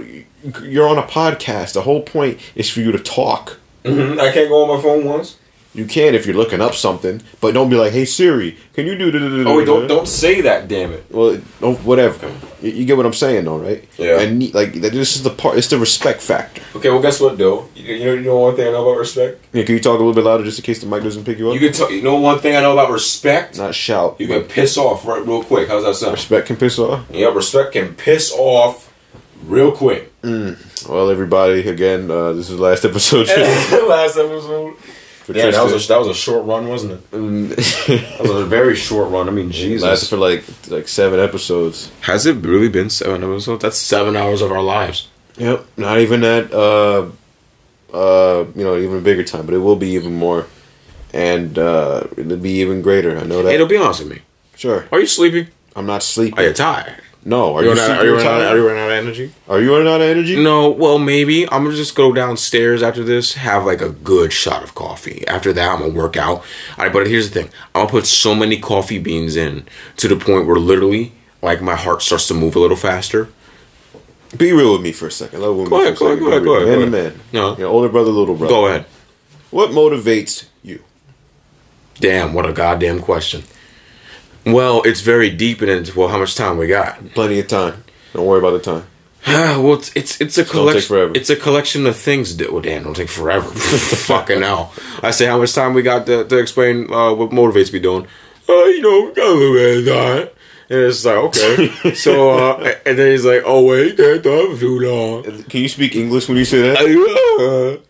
[SPEAKER 1] you're on a podcast. The whole point is for you to talk.
[SPEAKER 2] Mm-hmm. I can't go on my phone once.
[SPEAKER 1] You can if you're looking up something, but don't be like, "Hey Siri, can you do?"
[SPEAKER 2] Oh, wait,
[SPEAKER 1] Mm-hmm.
[SPEAKER 2] don't don't say that. Damn it.
[SPEAKER 1] Well, oh, whatever. You, you get what I'm saying, though, right?
[SPEAKER 2] Yeah.
[SPEAKER 1] And ne- like that- this is the part. It's the respect factor.
[SPEAKER 2] Okay, well, guess what, though? You, you know, you know one thing I know about respect.
[SPEAKER 1] Yeah, can you talk a little bit louder just in case the mic doesn't pick you up?
[SPEAKER 2] You can tell. You know one thing I know about respect.
[SPEAKER 1] not shout.
[SPEAKER 2] You can piss off right real quick. How's that sound?
[SPEAKER 1] respect can piss off.
[SPEAKER 2] Yeah, respect can piss off real quick.
[SPEAKER 1] Well, everybody, again, uh, this is the last episode.
[SPEAKER 2] Last episode.
[SPEAKER 1] for
[SPEAKER 2] Yeah, that was
[SPEAKER 1] Tristan.
[SPEAKER 2] a, that was a short run, wasn't it? That was a very short run. I mean,
[SPEAKER 1] Lasted for like like seven episodes.
[SPEAKER 2] Has it really been seven episodes? That's seven hours of our lives.
[SPEAKER 1] Yep. Not even that. Uh, uh, you know, even bigger time, but it will be even more, and uh, it'll be even greater. I know that.
[SPEAKER 2] Hey, don't be honest with me.
[SPEAKER 1] sure.
[SPEAKER 2] Are you sleepy?
[SPEAKER 1] I'm not sleeping.
[SPEAKER 2] Are you tired?
[SPEAKER 1] No, are
[SPEAKER 2] Are you,
[SPEAKER 1] you,
[SPEAKER 2] running out-
[SPEAKER 1] super
[SPEAKER 2] are, you running out,
[SPEAKER 1] tired?
[SPEAKER 2] are you running out of energy?
[SPEAKER 1] Are you running out of energy?
[SPEAKER 2] No, well, maybe. I'm gonna just go downstairs after this, have like a good shot of coffee. After that, I'm gonna work out. All right, but here's the thing I'm gonna put so many coffee beans in to the point where literally, like, my heart starts to move a little faster.
[SPEAKER 1] Be real with me for a second. Let go
[SPEAKER 2] ahead, go ahead, go ahead, go ahead,
[SPEAKER 1] Man
[SPEAKER 2] go
[SPEAKER 1] to
[SPEAKER 2] ahead.
[SPEAKER 1] man.
[SPEAKER 2] No.
[SPEAKER 1] Your older brother, little brother.
[SPEAKER 2] Go ahead.
[SPEAKER 1] What motivates you?
[SPEAKER 2] Damn, what a goddamn question. Well, it's very deep and it's, well, how much time we got?
[SPEAKER 1] Plenty of time. Don't worry about the time.
[SPEAKER 2] Ah, well, it's it's, it's a
[SPEAKER 1] gonna take forever.
[SPEAKER 2] collection. It's a collection of things. That, well, damn, it'll take forever. Fucking hell! I say how much time we got to, to explain uh, what motivates me doing. Uh, you know, got a little bit of time. And it's like okay, so uh, and then he's like, oh wait, that time too long.
[SPEAKER 1] Can you speak English when you say that?
[SPEAKER 2] Uh,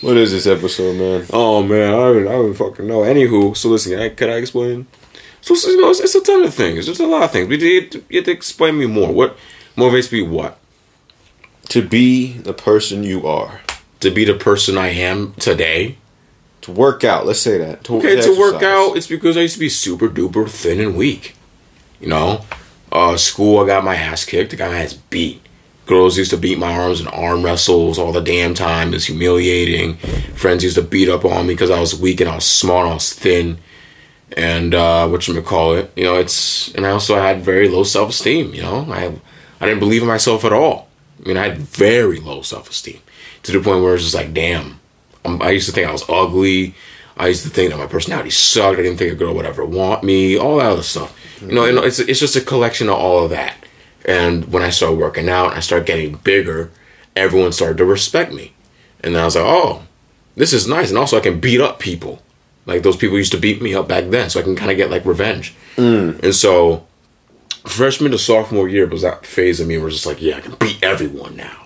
[SPEAKER 1] What is this episode, man?
[SPEAKER 2] Oh man, I don't, I don't fucking know. Anywho, so listen, can I, can I explain? So, so, you know, it's, it's a ton of things. There's a lot of things. But you have to, you have to explain me more. What motivates me? What
[SPEAKER 1] To be the person you are.
[SPEAKER 2] to be the person I am today?
[SPEAKER 1] to work out. Let's say that. To,
[SPEAKER 2] Okay, to
[SPEAKER 1] exercise.
[SPEAKER 2] work out, it's because I used to be super duper thin and weak. You know, uh, school, I got my ass kicked. I got my ass beat. Girls used to beat my arms and arm wrestles all the damn time. It was humiliating. Friends used to beat up on me because I was weak and I was small and I was thin. And uh, what you call it? You know, it's and I also had very low self esteem. You know, I I didn't believe in myself at all. I mean, I had very low self esteem to the point where it's just like, damn, i I used to think I was ugly. I used to think that my personality sucked. I didn't think a girl would ever want me. All that other stuff. You know, and it's it's just a collection of all of that. And when I started working out, and I started getting bigger. Everyone started to respect me, and then I was like, oh, this is nice. And also, I can beat up people. Like those people used to beat me up back then, so I can kind of get like revenge. And so, freshman to sophomore year was that phase of me where it's just like, yeah, I can beat everyone now.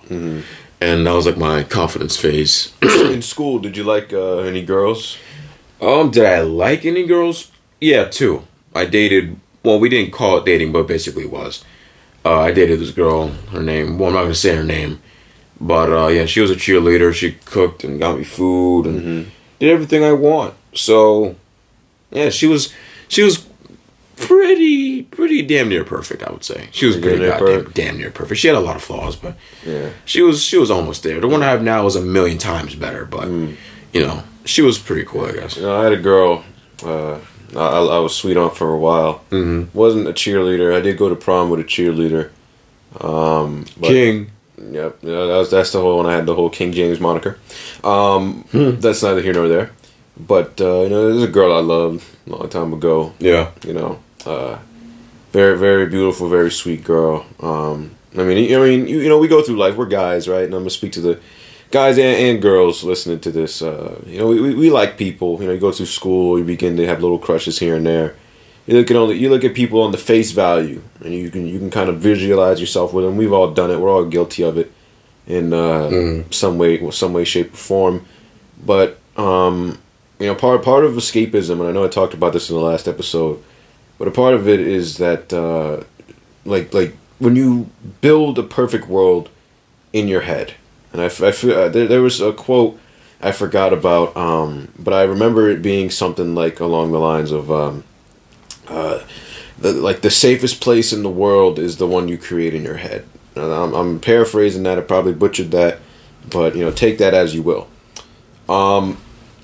[SPEAKER 2] And that was like my confidence phase.
[SPEAKER 1] in school. Did you like uh, any girls?
[SPEAKER 2] Um, did I like any girls? Yeah, two. I dated. Well, we didn't call it dating, but basically it was. Uh, I dated this girl. Her name. Well, I'm not gonna say her name, but uh, yeah, she was a cheerleader. She cooked and got me food and
[SPEAKER 1] Mm-hmm.
[SPEAKER 2] did everything I want. So, yeah, she was. She was pretty, pretty damn near perfect. I would say she was
[SPEAKER 1] Damn
[SPEAKER 2] pretty
[SPEAKER 1] near
[SPEAKER 2] goddamn
[SPEAKER 1] perfect.
[SPEAKER 2] damn near perfect. She had a lot of flaws, but
[SPEAKER 1] Yeah.
[SPEAKER 2] she was she was almost there. The one I have now is a million times better, but
[SPEAKER 1] Mm.
[SPEAKER 2] you know, she was pretty cool. I guess.
[SPEAKER 1] You know, I had a girl. Uh, I, I I was sweet on for a while. Mm-hmm. Wasn't a cheerleader. I did go to prom with a cheerleader. Um, but-
[SPEAKER 2] King.
[SPEAKER 1] Yep, yeah, that's that's the whole one. I had the whole King James moniker. Um, That's neither here nor there. But uh, you know, there's a girl I loved a long time ago.
[SPEAKER 2] Yeah.
[SPEAKER 1] You know, uh, very very beautiful, very sweet girl. Um, I mean, I mean, you, you know, we go through life. We're guys, right? And I'm gonna speak to the guys and, and girls listening to this. Uh, you know, we, we, we like people. You know, you go through school, you begin to have little crushes here and there. You look at only you look at people on the face value, and you can you can kind of visualize yourself with them. We've all done it. We're all guilty of it in uh, some way, well, some way, shape, or form. But um, you know, part part of escapism, and I know I talked about this in the last episode, but a part of it is that uh, like like when you build a perfect world in your head, and I, f- I f- uh, there, there was a quote I forgot about, um, but I remember it being something like along the lines of. Um, uh, the, like the safest place in the world is the one you create in your head. And I'm, I'm paraphrasing that. I probably butchered that, but you know, take that as you will. Um,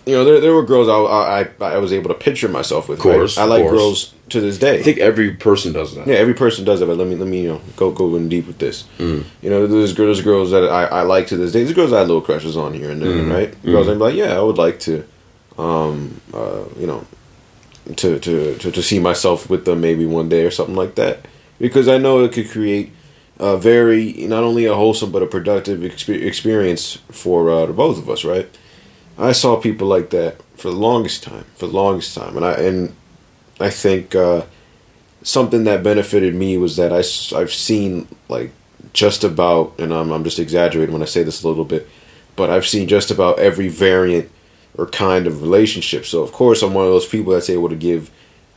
[SPEAKER 1] you know, there, there were girls I, I I was able to picture myself with.
[SPEAKER 2] Course,
[SPEAKER 1] right? I like
[SPEAKER 2] course.
[SPEAKER 1] girls to this day.
[SPEAKER 2] I think every person does that.
[SPEAKER 1] Yeah, every person does it, but let me let me you know go go in deep with this.
[SPEAKER 2] Mm.
[SPEAKER 1] You know, there's girls, there's girls that I, I like to this day. There's girls I had little crushes on here and there,
[SPEAKER 2] Mm-hmm.
[SPEAKER 1] right? Girls, I'm like, yeah, I would like to, um, uh, you know, to, to to to see myself with them maybe one day or something like that, because I know it could create a very not only a wholesome but a productive expe- experience for uh, the both of us, right? I saw people like that for the longest time, for the longest time, and I and I think. Uh, something that benefited me was that I, have seen like just about, and I'm, I'm just exaggerating when I say this a little bit, but I've seen just about every variant or kind of relationship. So of course I'm one of those people that's able to give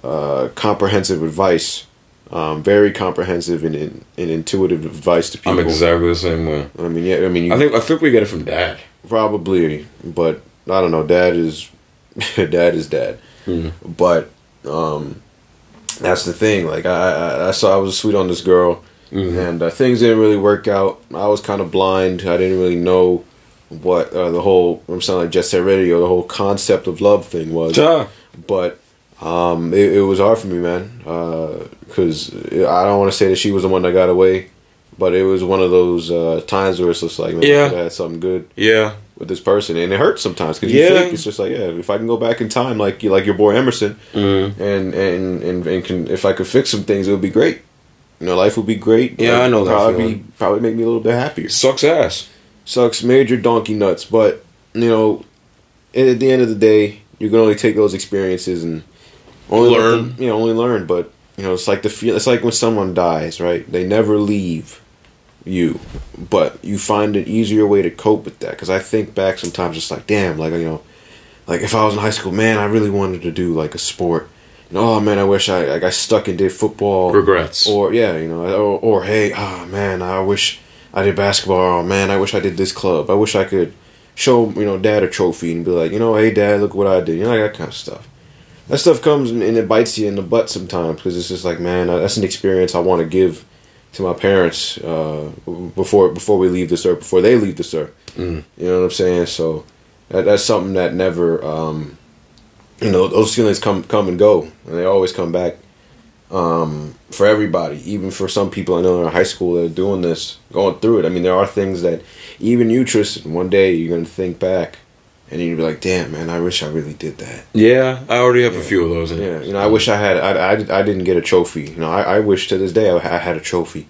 [SPEAKER 1] uh, comprehensive advice, um, very comprehensive and, and, and intuitive advice to people.
[SPEAKER 2] I'm exactly the same way.
[SPEAKER 1] I mean, yeah, I mean, you
[SPEAKER 2] I think I think we get it from dad.
[SPEAKER 1] probably, but I don't know. Dad is, dad is dad. But um, that's the thing. Like I, I, I saw I was sweet on this girl,
[SPEAKER 2] Mm-hmm.
[SPEAKER 1] and uh, things didn't really work out. I was kind of blind. I didn't really know what uh, the whole. I'm sounding like Jet Set Radio. The whole concept of love thing was
[SPEAKER 2] Yeah.
[SPEAKER 1] but um, it, it was hard for me, man, because I don't want to say that she was the one that got away, but it was one of those uh, times where it's just like, man,
[SPEAKER 2] Yeah.
[SPEAKER 1] I had something good
[SPEAKER 2] Yeah.
[SPEAKER 1] with this person, and it hurts sometimes because you
[SPEAKER 2] Yeah.
[SPEAKER 1] think it's just like, yeah, if I can go back in time, like like your boy Emerson,
[SPEAKER 2] Mm.
[SPEAKER 1] and and and, and can, if I could fix some things, it would be great. You know, life would be great.
[SPEAKER 2] Yeah, I know that
[SPEAKER 1] Probably
[SPEAKER 2] feeling.
[SPEAKER 1] probably make me a little bit happier
[SPEAKER 2] It sucks ass.
[SPEAKER 1] sucks major donkey nuts but you know at at the end of the day you can only take those experiences and only let
[SPEAKER 2] Learn.
[SPEAKER 1] them- you know only learn but you know it's like the feel it's like when someone dies right they never leave you but you find an easier way to cope with that because i think back sometimes it's like damn like you know like if i was in high school man i really wanted to do like a sport and, oh man i wish i like i stuck and did football
[SPEAKER 2] Regrets.
[SPEAKER 1] or yeah, you know, or, or hey, ah man, I wish I did basketball. Oh man, I wish I did this club. I wish I could show you know dad a trophy and be like, you know, hey dad, look what I did, you know, like that kind of stuff. That stuff comes and and it bites you in the butt sometimes because it's just like, man, uh, that's an experience I want to give to my parents uh, before before we leave this earth, before they leave this earth.
[SPEAKER 2] Mm.
[SPEAKER 1] You know what I'm saying? So that, that's something that never, um, you know, those feelings come come and go, and they always come back. Um, for everybody, even for some people I know in high school that are doing this, going through it. I mean, there are things that even you, Tristan, one day you're gonna think back, and you're gonna be like, "Damn, man, I wish I really did that."
[SPEAKER 2] Yeah, I already have a few of those. In
[SPEAKER 1] Yeah, you know, I wish I had. I, I, I didn't get a trophy. You know, I, I wish to this day I, I had a trophy.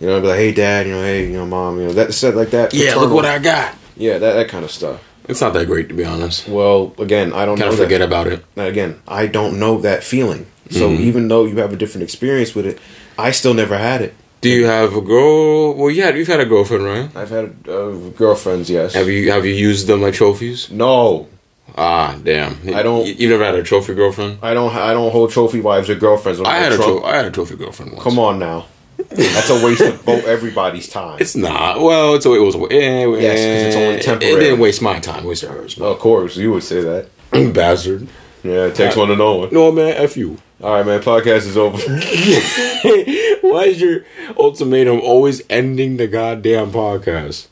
[SPEAKER 1] You know, I'd be like, hey, dad. You know, hey, you know, mom. You know, that said like that.
[SPEAKER 2] Yeah, look
[SPEAKER 1] paternal-
[SPEAKER 2] what I got.
[SPEAKER 1] Yeah, that, that kind of stuff.
[SPEAKER 2] It's not that great to be honest.
[SPEAKER 1] Well, again, I don't
[SPEAKER 2] Kind
[SPEAKER 1] know
[SPEAKER 2] of
[SPEAKER 1] that.
[SPEAKER 2] forget about it. Mm-hmm.
[SPEAKER 1] Again, I don't know that feeling. So even though you have a different experience with it, I still never had it.
[SPEAKER 2] Do you have a girl? Well, yeah, you've had a girlfriend, right?
[SPEAKER 1] I've had uh, girlfriends, yes.
[SPEAKER 2] Have you have you used them like trophies?
[SPEAKER 1] No,
[SPEAKER 2] Ah, damn.
[SPEAKER 1] I don't-
[SPEAKER 2] You, you never had a trophy girlfriend?
[SPEAKER 1] I don't. I don't hold trophy wives or girlfriends.
[SPEAKER 2] I had a tro- I had a trophy girlfriend once.
[SPEAKER 1] Come on now, that's a waste of both everybody's time.
[SPEAKER 2] It's not. Well, it's it was. Anyway,
[SPEAKER 1] Yes, 'cause it's only
[SPEAKER 2] It
[SPEAKER 1] temporary.
[SPEAKER 2] didn't waste my time. It wasted hers.
[SPEAKER 1] of course, you would say that.
[SPEAKER 2] Bastard.
[SPEAKER 1] Yeah, it takes one to know one.
[SPEAKER 2] No man, f you.
[SPEAKER 1] All right, man. Podcast is over.
[SPEAKER 2] Why is your ultimatum always ending the goddamn podcast?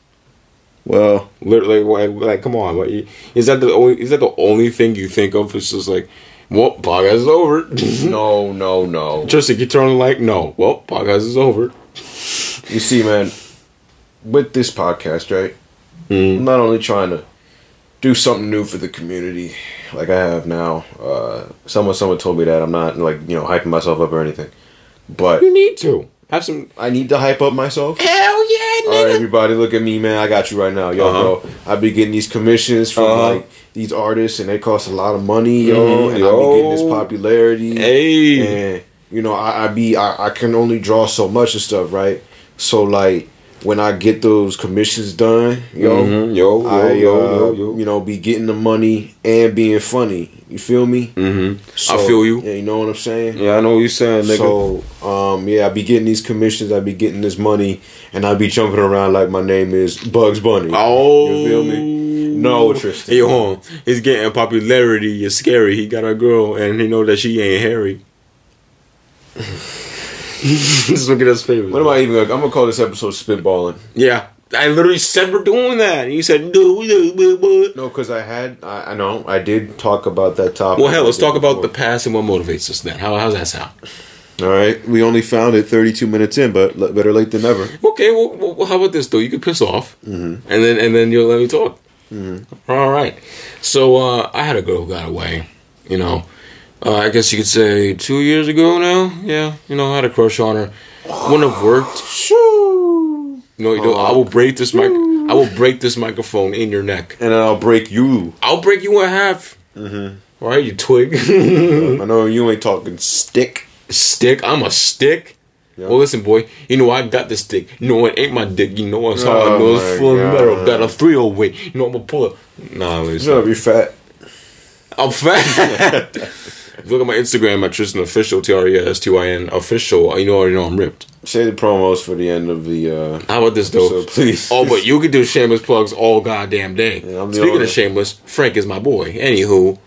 [SPEAKER 1] well,
[SPEAKER 2] Literally, like, like come on, like, is that the only is that the only thing you think of? It's just like, well, podcast is over.
[SPEAKER 1] no, no, no.
[SPEAKER 2] Just like you turn on the light, no. Well, podcast is over.
[SPEAKER 1] You see, man, with this podcast, right?
[SPEAKER 2] Mm-hmm.
[SPEAKER 1] I'm not only trying to do something new for the community, like I have now. Uh, someone, someone told me that I'm not like you know hyping myself up or anything, but
[SPEAKER 2] You need to have some.
[SPEAKER 1] I need to hype up myself.
[SPEAKER 2] Hell yeah,
[SPEAKER 1] All right, everybody, look at me, man. I got you right now, yo,
[SPEAKER 2] Uh-huh.
[SPEAKER 1] bro. I be getting these commissions from
[SPEAKER 2] Uh-huh.
[SPEAKER 1] like these artists, and they cost a lot of money, yo.
[SPEAKER 2] Mhm,
[SPEAKER 1] and I be getting this
[SPEAKER 2] yo.
[SPEAKER 1] popularity.
[SPEAKER 2] Hey,
[SPEAKER 1] and you know I, I be I, I can only draw so much and stuff right so like when I get those commissions done yo
[SPEAKER 2] Mhm, yo, yo,
[SPEAKER 1] I uh,
[SPEAKER 2] yo, yo, yo.
[SPEAKER 1] you know be getting the money and being funny you feel me
[SPEAKER 2] mm-hmm.
[SPEAKER 1] So,
[SPEAKER 2] feel you.
[SPEAKER 1] yeah you know what I'm saying
[SPEAKER 2] Yeah, I know what you're saying, nigga.
[SPEAKER 1] so um yeah I be getting these commissions I be getting this money and I be jumping around like my name is Bugs Bunny
[SPEAKER 2] Oh,
[SPEAKER 1] you feel me no Tristan
[SPEAKER 2] Hey, hold on. He's getting popularity. You're scary. He got a girl, and he know that she ain't hairy. Just look at his face.
[SPEAKER 1] what am I even gonna, I'm gonna call this episode spitballing
[SPEAKER 2] Yeah, I literally said we're doing that. And you said no, no, no, no.
[SPEAKER 1] no because I had I, I know I did talk about that topic
[SPEAKER 2] Well, hell, let's
[SPEAKER 1] I did
[SPEAKER 2] talk about
[SPEAKER 1] before.
[SPEAKER 2] the past and what motivates us. Then, how how's that sound?
[SPEAKER 1] All right, we only found it 32 minutes in, but le- better late than never.
[SPEAKER 2] Okay, well, well, well, how about this though? You can piss off, and then and then you'll let me talk. All right. So uh, I had a girl who got away. You know, uh, I guess you could say two years ago now. Yeah, you know, I had a crush on her. Wouldn't have worked.
[SPEAKER 1] Shoo!
[SPEAKER 2] No, you know, I will break this mic. I will break this microphone in your neck.
[SPEAKER 1] And I'll break you.
[SPEAKER 2] I'll break you in half. All right, you twig.
[SPEAKER 1] I know you ain't talking stick.
[SPEAKER 2] stick. I'm a stick. Well, listen, boy. You know I got the stick. You know it ain't my dick. You know what's how
[SPEAKER 1] Oh
[SPEAKER 2] I know
[SPEAKER 1] my
[SPEAKER 2] it's full of metal.
[SPEAKER 1] God.
[SPEAKER 2] Got a three oh weight. You know I'm gonna pull it. Nah, listen.
[SPEAKER 1] Shut up, you fat.
[SPEAKER 2] I'm fat. If you Look at my Instagram at Tristan Official T R E S T Y N Official. You know, already know I'm ripped.
[SPEAKER 1] Say the promos for the end of the. Uh,
[SPEAKER 2] How about this though?
[SPEAKER 1] So, please.
[SPEAKER 2] Oh, but you could do shameless plugs all goddamn day.
[SPEAKER 1] Yeah, I'm the
[SPEAKER 2] Speaking
[SPEAKER 1] owner.
[SPEAKER 2] of shameless, Frank is my boy. Anywho,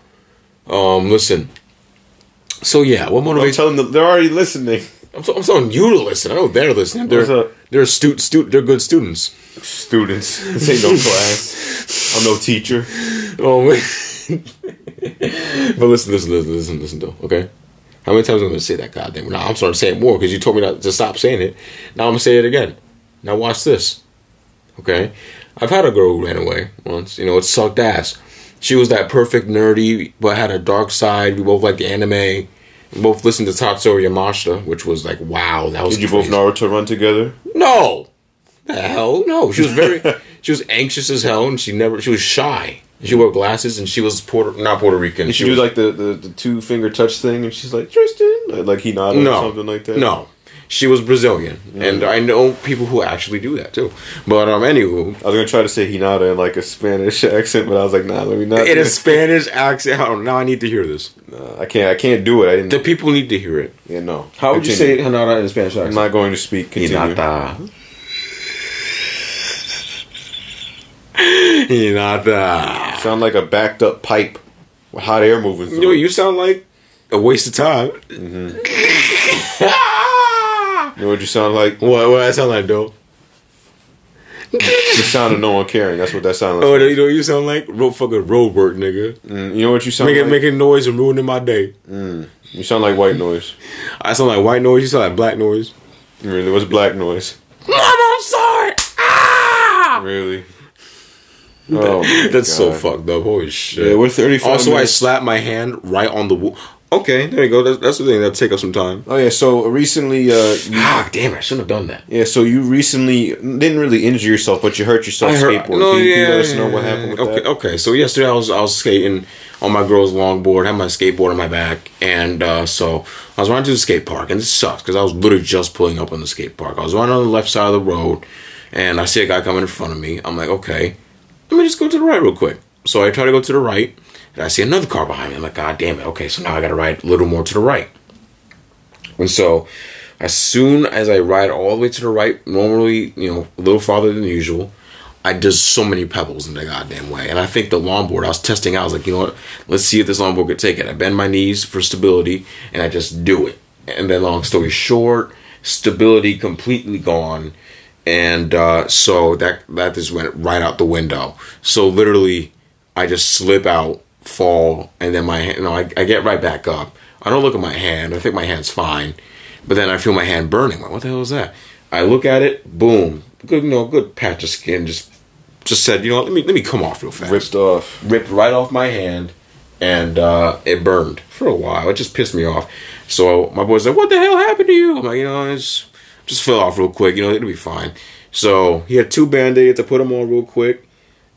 [SPEAKER 2] um, listen. So yeah, what
[SPEAKER 1] I'm
[SPEAKER 2] motivates?
[SPEAKER 1] telling them they're already listening.
[SPEAKER 2] I'm, t- I'm telling you to listen. I know they're listening. They're
[SPEAKER 1] What's up?
[SPEAKER 2] they're astute, stu- They're good students.
[SPEAKER 1] Students, this ain't no class. I'm no teacher.
[SPEAKER 2] Oh, man. but listen, listen, listen, listen, listen, though. Okay, how many times am I gonna say that goddamn? Now I'm starting to say it more because you told me not to stop saying it. Now I'm gonna say it again. Now watch this. Okay, I've had a girl who ran away once. You know, it sucked ass. She was that perfect nerdy, but had a dark side. We both liked anime. We both listened to Tatsuya Yamashita, which was like, wow, that was.
[SPEAKER 1] Did you both
[SPEAKER 2] crazy.
[SPEAKER 1] Naruto run together?
[SPEAKER 2] No, the hell no. She was very, she was anxious as hell, and she never, she was shy. She wore glasses, and she was Puerto, not Puerto Rican.
[SPEAKER 1] Did she do
[SPEAKER 2] was,
[SPEAKER 1] like the, the, the two finger touch thing, and she's like Tristan, like he nodded or
[SPEAKER 2] no,
[SPEAKER 1] something like that. Mm.
[SPEAKER 2] No, she was Brazilian, and I know people who actually do that too. But um, anywho,
[SPEAKER 1] I was gonna try to say Hinata in like a Spanish accent, but I was like, nah, let me not.
[SPEAKER 2] in
[SPEAKER 1] do
[SPEAKER 2] a
[SPEAKER 1] that.
[SPEAKER 2] Spanish accent. Oh, now I need to hear this.
[SPEAKER 1] Nah, I can't. I can't do it. I didn't.
[SPEAKER 2] The people need to hear it.
[SPEAKER 1] yeah, no.
[SPEAKER 3] How would you
[SPEAKER 1] Continue.
[SPEAKER 3] say Hinata in a Spanish
[SPEAKER 1] I'm
[SPEAKER 3] accent?
[SPEAKER 1] not going to speak. Continue.
[SPEAKER 2] Hinata. Not that.
[SPEAKER 1] Sound like a backed up pipe with hot air moving through.
[SPEAKER 2] Yo,
[SPEAKER 1] it.
[SPEAKER 2] you sound like a waste of time. Mm-hmm.
[SPEAKER 1] You know what you sound like?
[SPEAKER 2] what? What I sound like, though?
[SPEAKER 1] The sound of no one caring. That's what that sounded
[SPEAKER 2] Oh,
[SPEAKER 1] like.
[SPEAKER 2] you know what you sound like? Real fucking road work, nigga.
[SPEAKER 1] Mm, you know what you sound
[SPEAKER 2] Making
[SPEAKER 1] like?
[SPEAKER 2] making noise and ruining my day.
[SPEAKER 1] you sound like white noise.
[SPEAKER 2] I sound like white noise. You sound like black noise.
[SPEAKER 1] Really? What's black noise?
[SPEAKER 2] Mom, I'm sorry. Ah!
[SPEAKER 1] Really? Oh, my
[SPEAKER 2] That's so
[SPEAKER 1] God.
[SPEAKER 2] fucked up. Holy shit.
[SPEAKER 1] Yeah, we're 35
[SPEAKER 2] Also,
[SPEAKER 1] minutes.
[SPEAKER 2] I slapped my hand right on the wall. Okay, there you go. That's, that's the thing. That'll take up some time.
[SPEAKER 1] Oh yeah. So recently, uh, you,
[SPEAKER 2] Ah, damn it. I shouldn't have done that.
[SPEAKER 1] yeah. So you recently didn't really injure yourself, but you hurt yourself
[SPEAKER 2] I heard.
[SPEAKER 1] skateboarding.
[SPEAKER 2] No,
[SPEAKER 1] can, you,
[SPEAKER 2] yeah,
[SPEAKER 1] can you let us know
[SPEAKER 2] yeah,
[SPEAKER 1] what
[SPEAKER 2] yeah,
[SPEAKER 1] happened with
[SPEAKER 2] okay,
[SPEAKER 1] that?
[SPEAKER 2] Okay, so yesterday I was I was skating on my girl's longboard, had my skateboard on my back, and uh, so I was running to the skate park, and this sucks because I was literally just pulling up on the skate park. I was running on the left side of the road, and I see a guy coming in front of me. I'm like, okay, let me just go to the right real quick. So I try to go to the right, and I see another car behind me. I'm like, god damn it. Okay, so now I got to ride a little more to the right. And so, as soon as I ride all the way to the right, normally, you know, a little farther than usual, I just so many pebbles in the goddamn way. And I think the longboard, I was testing out, I was like, you know what, let's see if this longboard could take it. I bend my knees for stability and I just do it. And then, long story short, stability completely gone. And uh, so that that just went right out the window. So literally, I just slip out, fall, and then my hand, no, I, I get right back up. I don't look at my hand. I think my hand's fine, but then I feel my hand burning. Like, what the hell is that? I look at it. Boom. Good, you know, good patch of skin. Just, just said, you know, what, let me let me come off real fast.
[SPEAKER 1] Ripped off.
[SPEAKER 2] ripped right off my hand, and uh, it burned for a while. It just pissed me off. So my boy's like, "What the hell happened to you?" I'm like, "You know, it's just fell off real quick. You know, it'll be fine." So he had two band aids. I put them on real quick.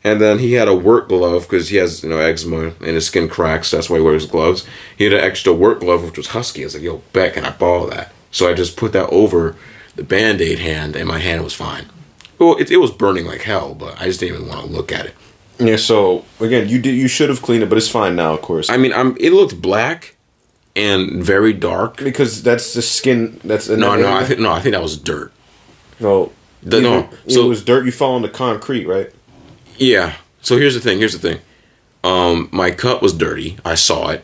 [SPEAKER 2] And then he had a work glove because he has you know eczema and his skin cracks. That's why he wears gloves. He had an extra work glove which was husky. I was like, "Yo, Beck, can I borrow that?" So I just put that over the band aid hand, and my hand was fine. Well, it, it was burning like hell, but I just didn't even want to look at it.
[SPEAKER 1] Yeah. So again, you did. You should have cleaned it, but it's fine now, of course.
[SPEAKER 2] I mean, I'm. It looked black and very dark.
[SPEAKER 1] because that's the skin. That's
[SPEAKER 2] No, no, I think no, I think that was dirt.
[SPEAKER 1] no.
[SPEAKER 2] The- no,
[SPEAKER 1] Either- either
[SPEAKER 2] so-
[SPEAKER 1] it was dirt. You fall on the concrete, right?
[SPEAKER 2] Yeah. So here's the thing. Here's the thing. Um, my cup was dirty. I saw it.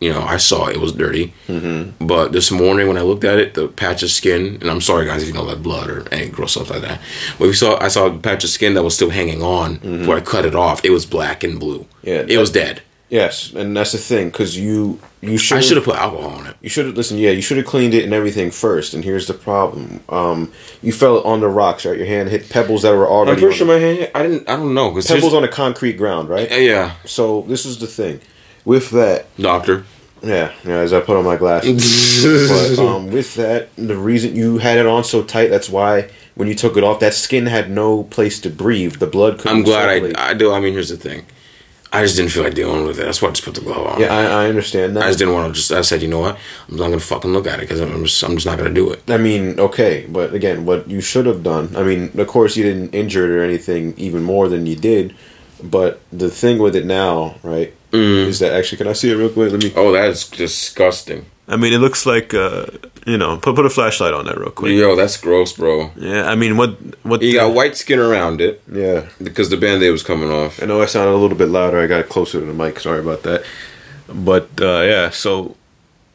[SPEAKER 2] You know, I saw it, it was dirty. Mm-hmm. But this morning when I looked at it, the patch of skin, and I'm sorry guys if you know that blood or any gross stuff like that. But we saw, I saw a patch of skin that was still hanging on where I cut it off. It was black and blue.
[SPEAKER 1] Yeah,
[SPEAKER 2] It
[SPEAKER 1] that-
[SPEAKER 2] was dead.
[SPEAKER 1] Yes, and that's the thing because you you should
[SPEAKER 2] I should have put alcohol on it.
[SPEAKER 1] You should have listened. Yeah, you should have cleaned it and everything first. And here's the problem: um, you fell on the rocks, right? Your hand hit pebbles that were already on the-
[SPEAKER 2] my hand. I didn't. I don't know. 'cause
[SPEAKER 1] pebbles
[SPEAKER 2] here's-
[SPEAKER 1] on the concrete ground, right?
[SPEAKER 2] Yeah,
[SPEAKER 1] So this is the thing with that.
[SPEAKER 2] doctor.
[SPEAKER 1] Yeah, yeah. As I put on my glasses, but um, with that, the reason you had it on so tight, that's why when you took it off, that skin had no place to breathe. The blood couldn't.
[SPEAKER 2] I'm glad
[SPEAKER 1] circulate.
[SPEAKER 2] I, I do. I mean, here's the thing. I just didn't feel like dealing with it. That's why I just put the glove on.
[SPEAKER 1] yeah, I, I understand that.
[SPEAKER 2] I just didn't want to. Just I said, you know what? I'm not gonna fucking look at it because I'm just, I'm just not gonna do it.
[SPEAKER 1] I mean, okay, but again, what you should have done. I mean, of course, you didn't injure it or anything even more than you did. But the thing with it now, right, is that actually, can I see it real quick? Let me.
[SPEAKER 2] Oh, that's disgusting.
[SPEAKER 1] I mean, it looks like, uh, you know, put put a flashlight on that real quick.
[SPEAKER 2] Yo, that's gross, bro.
[SPEAKER 1] Yeah, I mean, what what?
[SPEAKER 2] You got white skin around it
[SPEAKER 1] yeah.
[SPEAKER 2] because the band aid was coming off.
[SPEAKER 1] I know I sounded a little bit louder. I got closer to the mic. Sorry about that. But uh, yeah, so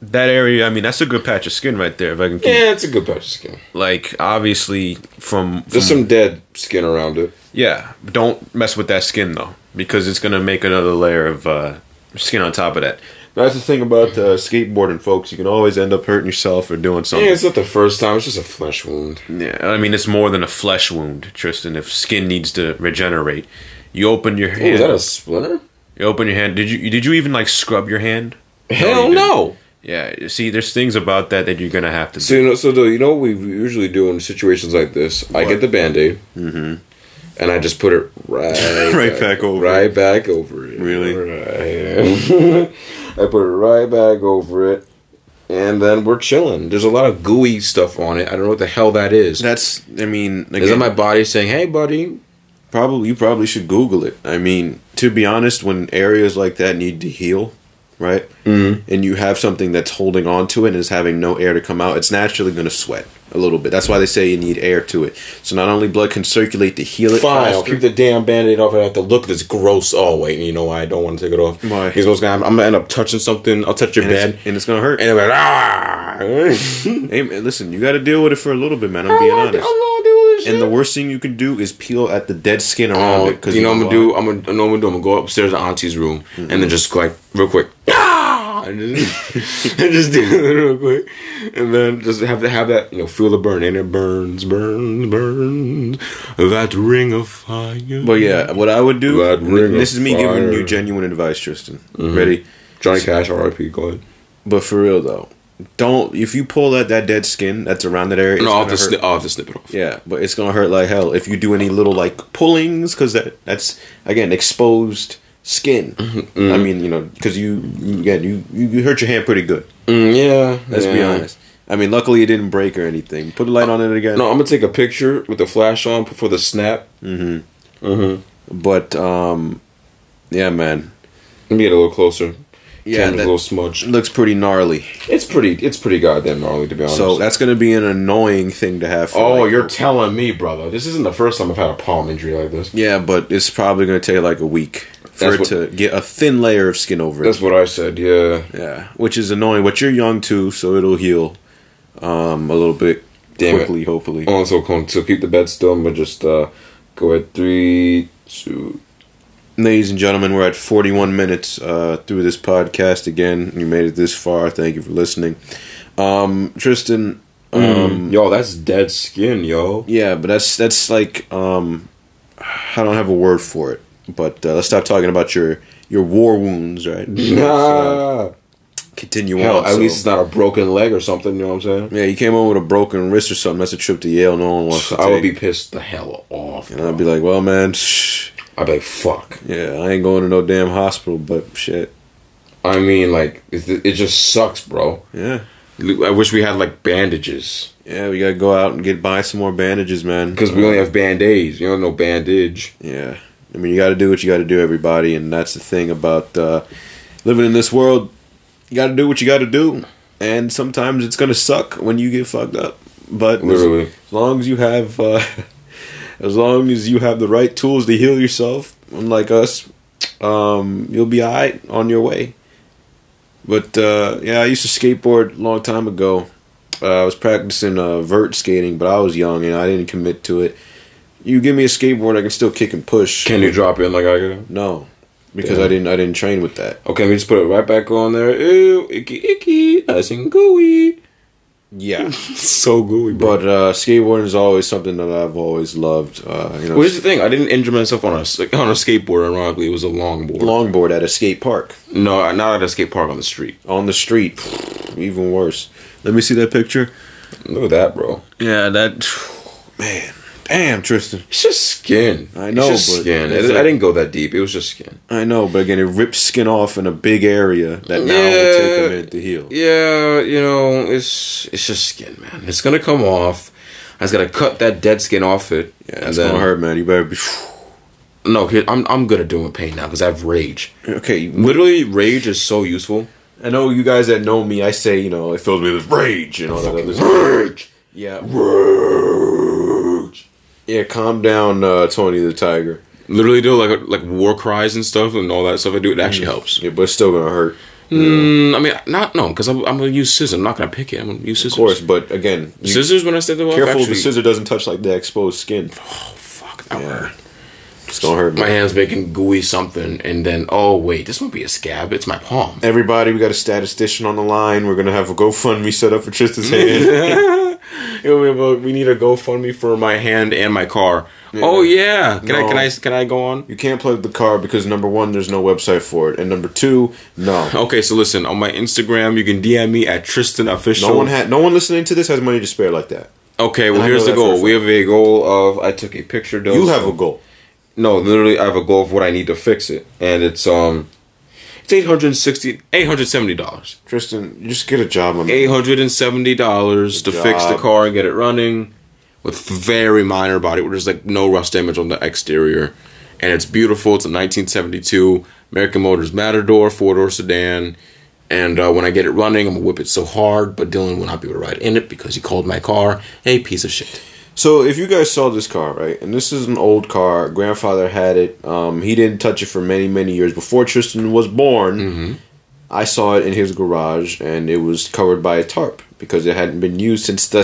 [SPEAKER 1] that area. I mean, that's a good patch of skin right there. If I can, keep,
[SPEAKER 2] Yeah, it's a good patch of skin.
[SPEAKER 1] like, obviously from, from
[SPEAKER 2] There's some dead skin around it.
[SPEAKER 1] Yeah, don't mess with that skin though, because it's gonna make another layer of uh, skin on top of that. That's the thing about uh, skateboarding, folks. You can always end up hurting yourself or doing
[SPEAKER 2] Yeah,
[SPEAKER 1] something.
[SPEAKER 2] it's not the first time. It's just a flesh wound.
[SPEAKER 1] Yeah, I mean it's more than a flesh wound, Tristan. If skin needs to regenerate, you open your
[SPEAKER 2] Ooh,
[SPEAKER 1] hand.
[SPEAKER 2] Oh, is that a splinter?
[SPEAKER 1] you open your hand. Did you did you even like scrub your hand?
[SPEAKER 2] Hell
[SPEAKER 1] you
[SPEAKER 2] no.
[SPEAKER 1] didn't. Yeah. See, there's things about that that you're gonna have to.
[SPEAKER 2] So you know, so though, you know what we usually do in situations like this? I get the band aid, and I just put it right,
[SPEAKER 1] Mm-hmm. Right back over.
[SPEAKER 2] right back over it.
[SPEAKER 1] Really?
[SPEAKER 2] Right. I put it right back over it, and then we're chilling. There's a lot of gooey stuff on it. I don't know what the hell that is. Is
[SPEAKER 1] That's. I mean, again,
[SPEAKER 2] that my body saying, "Hey, buddy"?
[SPEAKER 1] probably you probably should google it i mean to be honest when areas like that need to heal
[SPEAKER 2] Mm-hmm.
[SPEAKER 1] right mm and you have something that's holding on to it and is having no air to come out it's naturally going to sweat a little bit. That's why they say you need air to it. So not only blood can circulate to heal it.
[SPEAKER 2] Fine, I'll
[SPEAKER 1] faster-
[SPEAKER 2] keep the damn band-aid off. I have to look at this gross. Oh wait, you know why I don't want to take it off?
[SPEAKER 1] Why?
[SPEAKER 2] Because what's gonna happen? I'm gonna end up touching something. I'll touch your
[SPEAKER 1] and,
[SPEAKER 2] bed,
[SPEAKER 1] it's, and it's gonna hurt.
[SPEAKER 2] and I'm like ah.
[SPEAKER 1] Hey, man, listen, you got to deal with it for a little bit, man. I'm being honest. And the worst thing you can do is peel at the dead skin around it.
[SPEAKER 2] Oh, you know what I'm gonna
[SPEAKER 1] why?
[SPEAKER 2] do? I'm gonna, you know what I'm gonna do? I'm gonna go upstairs to Auntie's room and then just like real quick, ah, and just, and just do it real quick, and then just have to have that you know feel the burn and it burns, burns, burns, that ring of fire.
[SPEAKER 1] But yeah, what I would do.
[SPEAKER 2] That ring
[SPEAKER 1] This
[SPEAKER 2] of
[SPEAKER 1] is me giving you
[SPEAKER 2] fire. Mm-hmm.
[SPEAKER 1] genuine advice, Tristan. Ready?
[SPEAKER 2] Johnny Cash, R.I.P. Go ahead.
[SPEAKER 1] But for real though, don't if you pull at that dead skin that's around that area. it's
[SPEAKER 2] No, I'll have,
[SPEAKER 1] gonna
[SPEAKER 2] to
[SPEAKER 1] hurt.
[SPEAKER 2] snip, I'll have to snip it off.
[SPEAKER 1] Yeah, but it's gonna hurt like hell if you do any little like pullings because that that's again exposed skin.
[SPEAKER 2] Mm-hmm, mm.
[SPEAKER 1] I mean, you know, because you you- again you you you hurt your hand pretty good.
[SPEAKER 2] Mm, yeah,
[SPEAKER 1] Let's be
[SPEAKER 2] yeah.
[SPEAKER 1] honest. I mean, luckily it didn't break or anything. Put a light on it again.
[SPEAKER 2] No, I'm gonna take a picture with the flash on for the snap.
[SPEAKER 1] But um, yeah, man,
[SPEAKER 2] Let me get a little closer.
[SPEAKER 1] Yeah,
[SPEAKER 2] Yeah,
[SPEAKER 1] that-
[SPEAKER 2] a little smudged.
[SPEAKER 1] it looks pretty gnarly.
[SPEAKER 2] It's pretty. It's pretty goddamn gnarly to be honest.
[SPEAKER 1] So that's gonna be an annoying thing to have. For,
[SPEAKER 2] Oh,
[SPEAKER 1] like,
[SPEAKER 2] you're telling me, brother. This isn't the first time I've had a palm injury like this.
[SPEAKER 1] yeah, but it's probably gonna take like a week for
[SPEAKER 2] That's
[SPEAKER 1] it
[SPEAKER 2] what-
[SPEAKER 1] to get a thin layer of skin over it.
[SPEAKER 2] That's what I said, yeah.
[SPEAKER 1] Yeah, which is annoying. But you're young too, so it'll heal um, a little bit
[SPEAKER 2] Damn it.
[SPEAKER 1] quickly, hopefully.
[SPEAKER 2] Also, come to keep the bed still, but just uh, go at three, two.
[SPEAKER 1] Ladies and gentlemen, we're at 41 minutes uh, through this podcast again. You made it this far. Thank you for listening. Um, Tristan, um,
[SPEAKER 2] yo, that's dead skin, yo.
[SPEAKER 1] yeah, but that's that's like um, I don't have a word for it. But uh, let's stop talking about your your war wounds, right? So,
[SPEAKER 2] Nah.
[SPEAKER 1] continue
[SPEAKER 2] Hell,
[SPEAKER 1] on.
[SPEAKER 2] at
[SPEAKER 1] so-
[SPEAKER 2] least it's not a broken leg or something. You know what I'm saying?
[SPEAKER 1] yeah, you came home with a broken wrist or something. That's a trip to Yale. No one wants to
[SPEAKER 2] I would
[SPEAKER 1] take.
[SPEAKER 2] be pissed the hell off.
[SPEAKER 1] and I'd be like, well, man. Shh.
[SPEAKER 2] I'd be like, fuck.
[SPEAKER 1] Yeah, I ain't going to no damn hospital, but shit.
[SPEAKER 2] I mean, like, it, it just sucks, bro.
[SPEAKER 1] Yeah.
[SPEAKER 2] I wish we had like bandages
[SPEAKER 1] Yeah, we gotta go out and get buy some more bandages, man.
[SPEAKER 2] because we only have band aids. You don't know bandage.
[SPEAKER 1] Yeah. I mean, you gotta do what you gotta do, everybody, and that's the thing about uh, living in this world. You gotta do what you gotta do, and sometimes it's gonna suck when you get fucked up. But
[SPEAKER 2] Literally.
[SPEAKER 1] as long as you have, uh, as long as you have the right tools to heal yourself, unlike us, um, you'll be alright on your way. But uh, yeah, I used to skateboard a long time ago. Uh, I was practicing uh, vert skating, but I was young and I didn't commit to it. You give me a skateboard, I can still kick and push.
[SPEAKER 2] Can you drop in like I can?
[SPEAKER 1] No, because
[SPEAKER 2] Yeah.
[SPEAKER 1] I didn't. I didn't train with that.
[SPEAKER 2] Okay, let me just put it right back on there. Ew, icky, icky, nice and gooey.
[SPEAKER 1] Yeah,
[SPEAKER 2] so gooey, bro.
[SPEAKER 1] but uh, skateboarding is always something that I've always loved. Uh, you know,
[SPEAKER 2] Well, here's the thing. I didn't injure myself on a s- on a skateboard. Ironically, it was a longboard.
[SPEAKER 1] longboard at a skate park
[SPEAKER 2] no, not at a skate park on the street.
[SPEAKER 1] on the street, even worse. Let me see that picture.
[SPEAKER 2] Look at that, bro.
[SPEAKER 1] Yeah, that man. Damn, Tristan.
[SPEAKER 2] It's just skin.
[SPEAKER 1] I know,
[SPEAKER 2] it's just
[SPEAKER 1] but-
[SPEAKER 2] skin.
[SPEAKER 1] it's
[SPEAKER 2] It- I
[SPEAKER 1] like-
[SPEAKER 2] didn't go that deep. It was just skin.
[SPEAKER 1] I know, but again, it rips skin off in a big area that now will take a
[SPEAKER 2] Yeah.
[SPEAKER 1] minute to heal.
[SPEAKER 2] Yeah, you know, it's it's just skin, man. It's gonna come off. I just gotta cut that dead skin off it.
[SPEAKER 1] Yeah,
[SPEAKER 2] and
[SPEAKER 1] that's
[SPEAKER 2] then-
[SPEAKER 1] gonna hurt, man. You better be
[SPEAKER 2] No, here- I'm I'm good at doing pain now because I have rage.
[SPEAKER 1] okay.
[SPEAKER 2] Literally, rage is so useful.
[SPEAKER 1] I know you guys that know me. I say, you know, it fills me with rage and all that other stuff.
[SPEAKER 2] Rage.
[SPEAKER 1] Yeah, yeah. Calm down, uh, Tony the Tiger.
[SPEAKER 2] Literally do like like war cries and stuff and all that stuff I do. It actually helps.
[SPEAKER 1] Yeah, but it's still gonna hurt,
[SPEAKER 2] Mm, I mean, not no, because I'm, I'm gonna use scissors. I'm not gonna pick it. I'm gonna use scissors.
[SPEAKER 1] of course. But again, you-
[SPEAKER 2] Scissors when I step off.
[SPEAKER 1] careful
[SPEAKER 2] Careful
[SPEAKER 1] the scissor doesn't touch like the exposed skin.
[SPEAKER 2] Oh fuck! That
[SPEAKER 1] Yeah.
[SPEAKER 2] hurt.
[SPEAKER 1] It's gonna hurt,
[SPEAKER 2] My
[SPEAKER 1] man.
[SPEAKER 2] hand's making gooey something, and then oh wait, this won't be a scab. It's my palm.
[SPEAKER 1] Everybody, we got a statistician on the line. We're gonna have a GoFundMe set up for Tristan's hand.
[SPEAKER 2] we, have a- we need a GoFundMe for my hand and my car. Oh yeah. Can I
[SPEAKER 1] No.
[SPEAKER 2] can I can I go on?
[SPEAKER 1] you can't plug the car because number one, there's no website for it, and number two, no.
[SPEAKER 2] Okay, so listen on my Instagram, you can DM me at Tristan Official.
[SPEAKER 1] No one had, no one listening to this has money to spare like that.
[SPEAKER 2] Okay, well
[SPEAKER 1] I know
[SPEAKER 2] here's the
[SPEAKER 1] that for
[SPEAKER 2] goal.
[SPEAKER 1] a
[SPEAKER 2] We have a goal of I took a picture. Dose
[SPEAKER 1] You have a goal.
[SPEAKER 2] No, literally, I have a goal of what I need to fix it, and it's um, it's eight hundred sixty, eight hundred seventy dollars,
[SPEAKER 1] Tristan, just get a job on
[SPEAKER 2] eight hundred and seventy dollars to
[SPEAKER 1] Good
[SPEAKER 2] fix the
[SPEAKER 1] job.
[SPEAKER 2] car and get it running, with very minor body. There's like no rust damage on the exterior, and it's beautiful. It's a nineteen seventy two American Motors Matador four door sedan, And uh, when I get it running, I'm gonna whip it so hard, but Dylan will not be able to ride in it because he called my car a piece of shit.
[SPEAKER 1] So if you guys saw this car, right, and this is an old car, grandfather had it. Um, he didn't touch it for many, many years before Tristan was born. I saw it in his garage, and it was covered by a tarp because it hadn't been used since the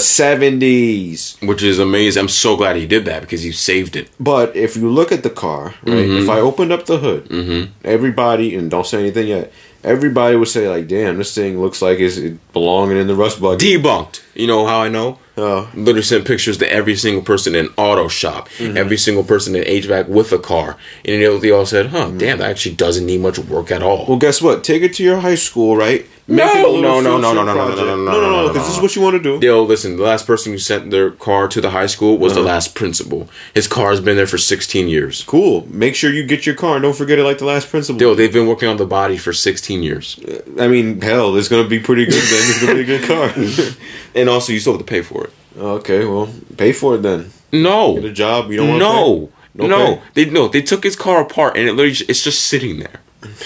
[SPEAKER 1] seventies.
[SPEAKER 2] Which is amazing. I'm so glad he did that because he saved it.
[SPEAKER 1] But if you look at the car, right?
[SPEAKER 2] Mm-hmm.
[SPEAKER 1] If I opened up the hood, everybody and don't say anything yet. Everybody would say like, "Damn, this thing looks like it's it belonging in the rust bucket."
[SPEAKER 2] Debunked. You know how I know?
[SPEAKER 1] Oh.
[SPEAKER 2] Literally sent pictures to every single person in auto shop, every single person in HVAC with a car, and they all- they all said, "Huh, damn, that actually doesn't need much work at all."
[SPEAKER 1] Well, guess what? Take it to your high school, right?
[SPEAKER 2] No!
[SPEAKER 1] it a little
[SPEAKER 2] No, no, no,
[SPEAKER 1] field
[SPEAKER 2] no, no,
[SPEAKER 1] trip
[SPEAKER 2] no, no,
[SPEAKER 1] project.
[SPEAKER 2] no, no,
[SPEAKER 1] no, no,
[SPEAKER 2] no,
[SPEAKER 1] no, because
[SPEAKER 2] no.
[SPEAKER 1] this is what you want to do.
[SPEAKER 2] Yo, listen, the last person who sent their car to the high school was the last principal. His car has been there for 16 years.
[SPEAKER 1] Cool. Make sure you get your car and don't forget it, like the last principal.
[SPEAKER 2] Yo, they've been working on the body for 16 years.
[SPEAKER 1] I mean, hell, it's gonna be pretty good. Then it's gonna be a good car.
[SPEAKER 2] And also, you still have to pay for it.
[SPEAKER 1] okay, well, pay for it then.
[SPEAKER 2] No.
[SPEAKER 1] Get a job. You don't want
[SPEAKER 2] No.
[SPEAKER 1] No
[SPEAKER 2] No. They no, they took his car apart and it literally j- it's just sitting there.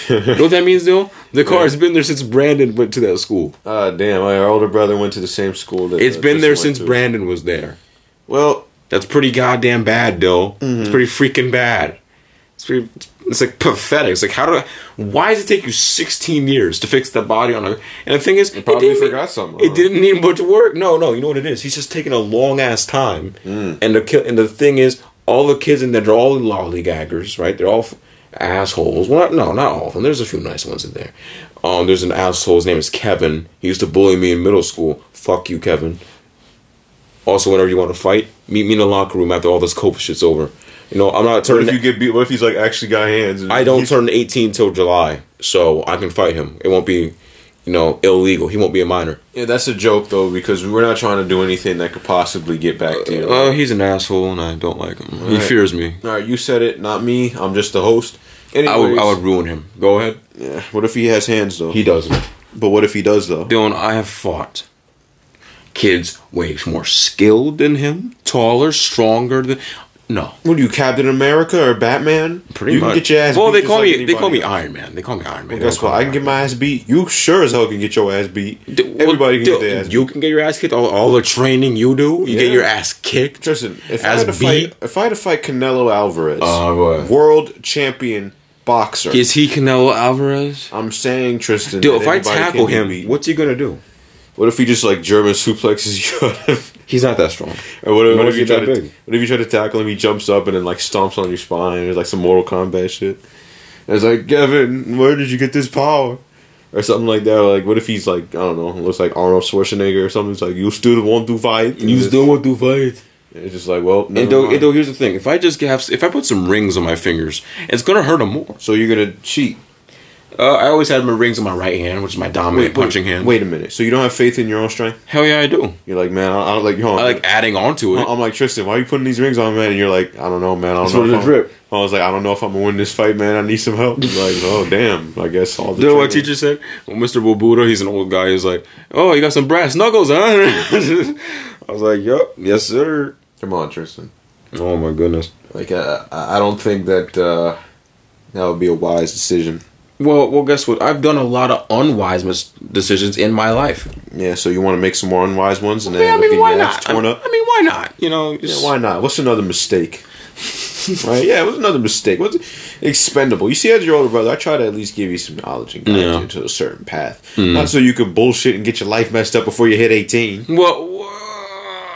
[SPEAKER 2] you know what that means, though? The car has been there since Brandon went to that school.
[SPEAKER 1] Ah, damn. Our older brother went to the same school that
[SPEAKER 2] It's
[SPEAKER 1] uh,
[SPEAKER 2] been there
[SPEAKER 1] Tristan went
[SPEAKER 2] since
[SPEAKER 1] to.
[SPEAKER 2] Brandon was there.
[SPEAKER 1] Well,
[SPEAKER 2] That's pretty goddamn bad, though. It's pretty freaking bad. It's pretty. It's like pathetic. It's like how do? I, why does it take you 16 years to fix the body on her? And the thing is, it
[SPEAKER 1] probably
[SPEAKER 2] didn't-
[SPEAKER 1] forgot something.
[SPEAKER 2] It didn't need much work. No, no. You know what it is? He's just taking a long ass time.
[SPEAKER 1] Mm.
[SPEAKER 2] And the ki- and the thing is, all the kids in there, they're all lollygaggers, right? They're all f- assholes. Well, not, no, not all of them. There's a few nice ones in there. Um, there's an asshole. His name is Kevin. He used to bully me in middle school. Fuck you, Kevin. Also, whenever you want to fight, meet me in the locker room after all this COVID shit's over. You know, I'm not
[SPEAKER 1] What if you
[SPEAKER 2] turning.
[SPEAKER 1] get beat? What if he's like actually got hands? And
[SPEAKER 2] I don't
[SPEAKER 1] he's-
[SPEAKER 2] turn 18 till July, so I can fight him. It won't be, you know, illegal. He won't be a minor.
[SPEAKER 1] Yeah, that's a joke though because we're not trying to do anything that could possibly get back to you.
[SPEAKER 2] Oh, he's an asshole, and I don't like him. He
[SPEAKER 1] Alright.
[SPEAKER 2] fears me.
[SPEAKER 1] All right, you said it, not me. I'm just the host. Anyways,
[SPEAKER 2] I would, I would ruin him. Go ahead.
[SPEAKER 1] yeah, what if he has hands though?
[SPEAKER 2] doesn't.
[SPEAKER 1] but what if he does though?
[SPEAKER 2] Dylan, I have fought kids way more skilled than him, taller, stronger than. No,
[SPEAKER 1] What are you, Captain America or Batman?
[SPEAKER 2] pretty
[SPEAKER 1] you
[SPEAKER 2] much.
[SPEAKER 1] can get your ass.
[SPEAKER 2] well,
[SPEAKER 1] beat
[SPEAKER 2] they
[SPEAKER 1] just
[SPEAKER 2] call
[SPEAKER 1] like
[SPEAKER 2] me. They call
[SPEAKER 1] anybody
[SPEAKER 2] me
[SPEAKER 1] else.
[SPEAKER 2] Iron Man. They call me Iron Man.
[SPEAKER 1] Guess what? I can get my ass beat. You sure as hell can get your ass beat. Everybody can get their ass. beat.
[SPEAKER 2] You can get your ass kicked. All, all the training you do, you
[SPEAKER 1] Yeah.
[SPEAKER 2] get your ass kicked.
[SPEAKER 1] Tristan, if I
[SPEAKER 2] Ass
[SPEAKER 1] had to fight,
[SPEAKER 2] beat.
[SPEAKER 1] if I had to fight Canelo Alvarez,
[SPEAKER 2] Uh, what?
[SPEAKER 1] world champion boxer,
[SPEAKER 2] Is he Canelo Alvarez?
[SPEAKER 1] I'm saying Tristan.
[SPEAKER 2] Dude,
[SPEAKER 1] that
[SPEAKER 2] if I
[SPEAKER 1] anybody can
[SPEAKER 2] tackle
[SPEAKER 1] be
[SPEAKER 2] him,
[SPEAKER 1] beat.
[SPEAKER 2] what's he gonna do?
[SPEAKER 1] What if he just like German suplexes you? out of-
[SPEAKER 2] He's not that strong.
[SPEAKER 1] or what, if-
[SPEAKER 2] What
[SPEAKER 1] what
[SPEAKER 2] if
[SPEAKER 1] if you
[SPEAKER 2] he's that
[SPEAKER 1] try to
[SPEAKER 2] big?
[SPEAKER 1] what if you try to tackle him? He jumps up and then like stomps on your spine. It's like some Mortal Kombat shit. And it's like Kevin, where did you get this power? Or something like that. Or, like what if he's like I don't know, looks like Arnold Schwarzenegger or something. It's like you still want to fight.
[SPEAKER 2] want to fight.
[SPEAKER 1] And It's just like well,
[SPEAKER 2] And
[SPEAKER 1] never
[SPEAKER 2] though,
[SPEAKER 1] mind.
[SPEAKER 2] and though, here's the thing: if I just have, if I put some rings on my fingers, it's gonna hurt him more.
[SPEAKER 1] so you're gonna cheat.
[SPEAKER 2] Uh, I always had my rings on my right hand, which is my dominant punching hand.
[SPEAKER 1] Wait a minute. So you don't have faith in your own strength?
[SPEAKER 2] hell yeah, I do.
[SPEAKER 1] You're like, man, I, I don't like. Hold on.
[SPEAKER 2] I like adding on to it.
[SPEAKER 1] I'm like Tristan. Why are you putting these rings on, man? And you're like, I don't know, man. I don't
[SPEAKER 2] It's
[SPEAKER 1] know.
[SPEAKER 2] for
[SPEAKER 1] if
[SPEAKER 2] the
[SPEAKER 1] I'm-
[SPEAKER 2] drip.
[SPEAKER 1] I was like, I don't know if I'm gonna win this fight, man. I need some help. He's like, oh damn. I guess all the.
[SPEAKER 2] You know what
[SPEAKER 1] training-
[SPEAKER 2] teacher said? Well, Mr. Bobuda, he's an old guy. He's like, "Oh, you got some brass knuckles, huh?" I was like, "Yup, yes, sir."
[SPEAKER 1] Come on, Tristan.
[SPEAKER 2] Oh my goodness.
[SPEAKER 1] Like, uh, I I don't think that uh, that would be a wise decision.
[SPEAKER 2] Well, well, guess what? I've done a lot of unwise mis- decisions in my life.
[SPEAKER 1] Yeah. So you want to make some more unwise ones, and then
[SPEAKER 2] Yeah,
[SPEAKER 1] end
[SPEAKER 2] I
[SPEAKER 1] up
[SPEAKER 2] mean,
[SPEAKER 1] getting
[SPEAKER 2] why
[SPEAKER 1] your ass
[SPEAKER 2] not? I
[SPEAKER 1] torn
[SPEAKER 2] mean,
[SPEAKER 1] up.
[SPEAKER 2] I mean, why not? You know,
[SPEAKER 1] Yeah,
[SPEAKER 2] just-
[SPEAKER 1] why not? What's another mistake? right? Yeah, what's another mistake? What's expendable? You see, as your older brother, I try to at least give you some knowledge and guide
[SPEAKER 2] Yeah.
[SPEAKER 1] you into a certain path, not so you can bullshit and get your life messed up before you hit eighteen.
[SPEAKER 2] Well, wha-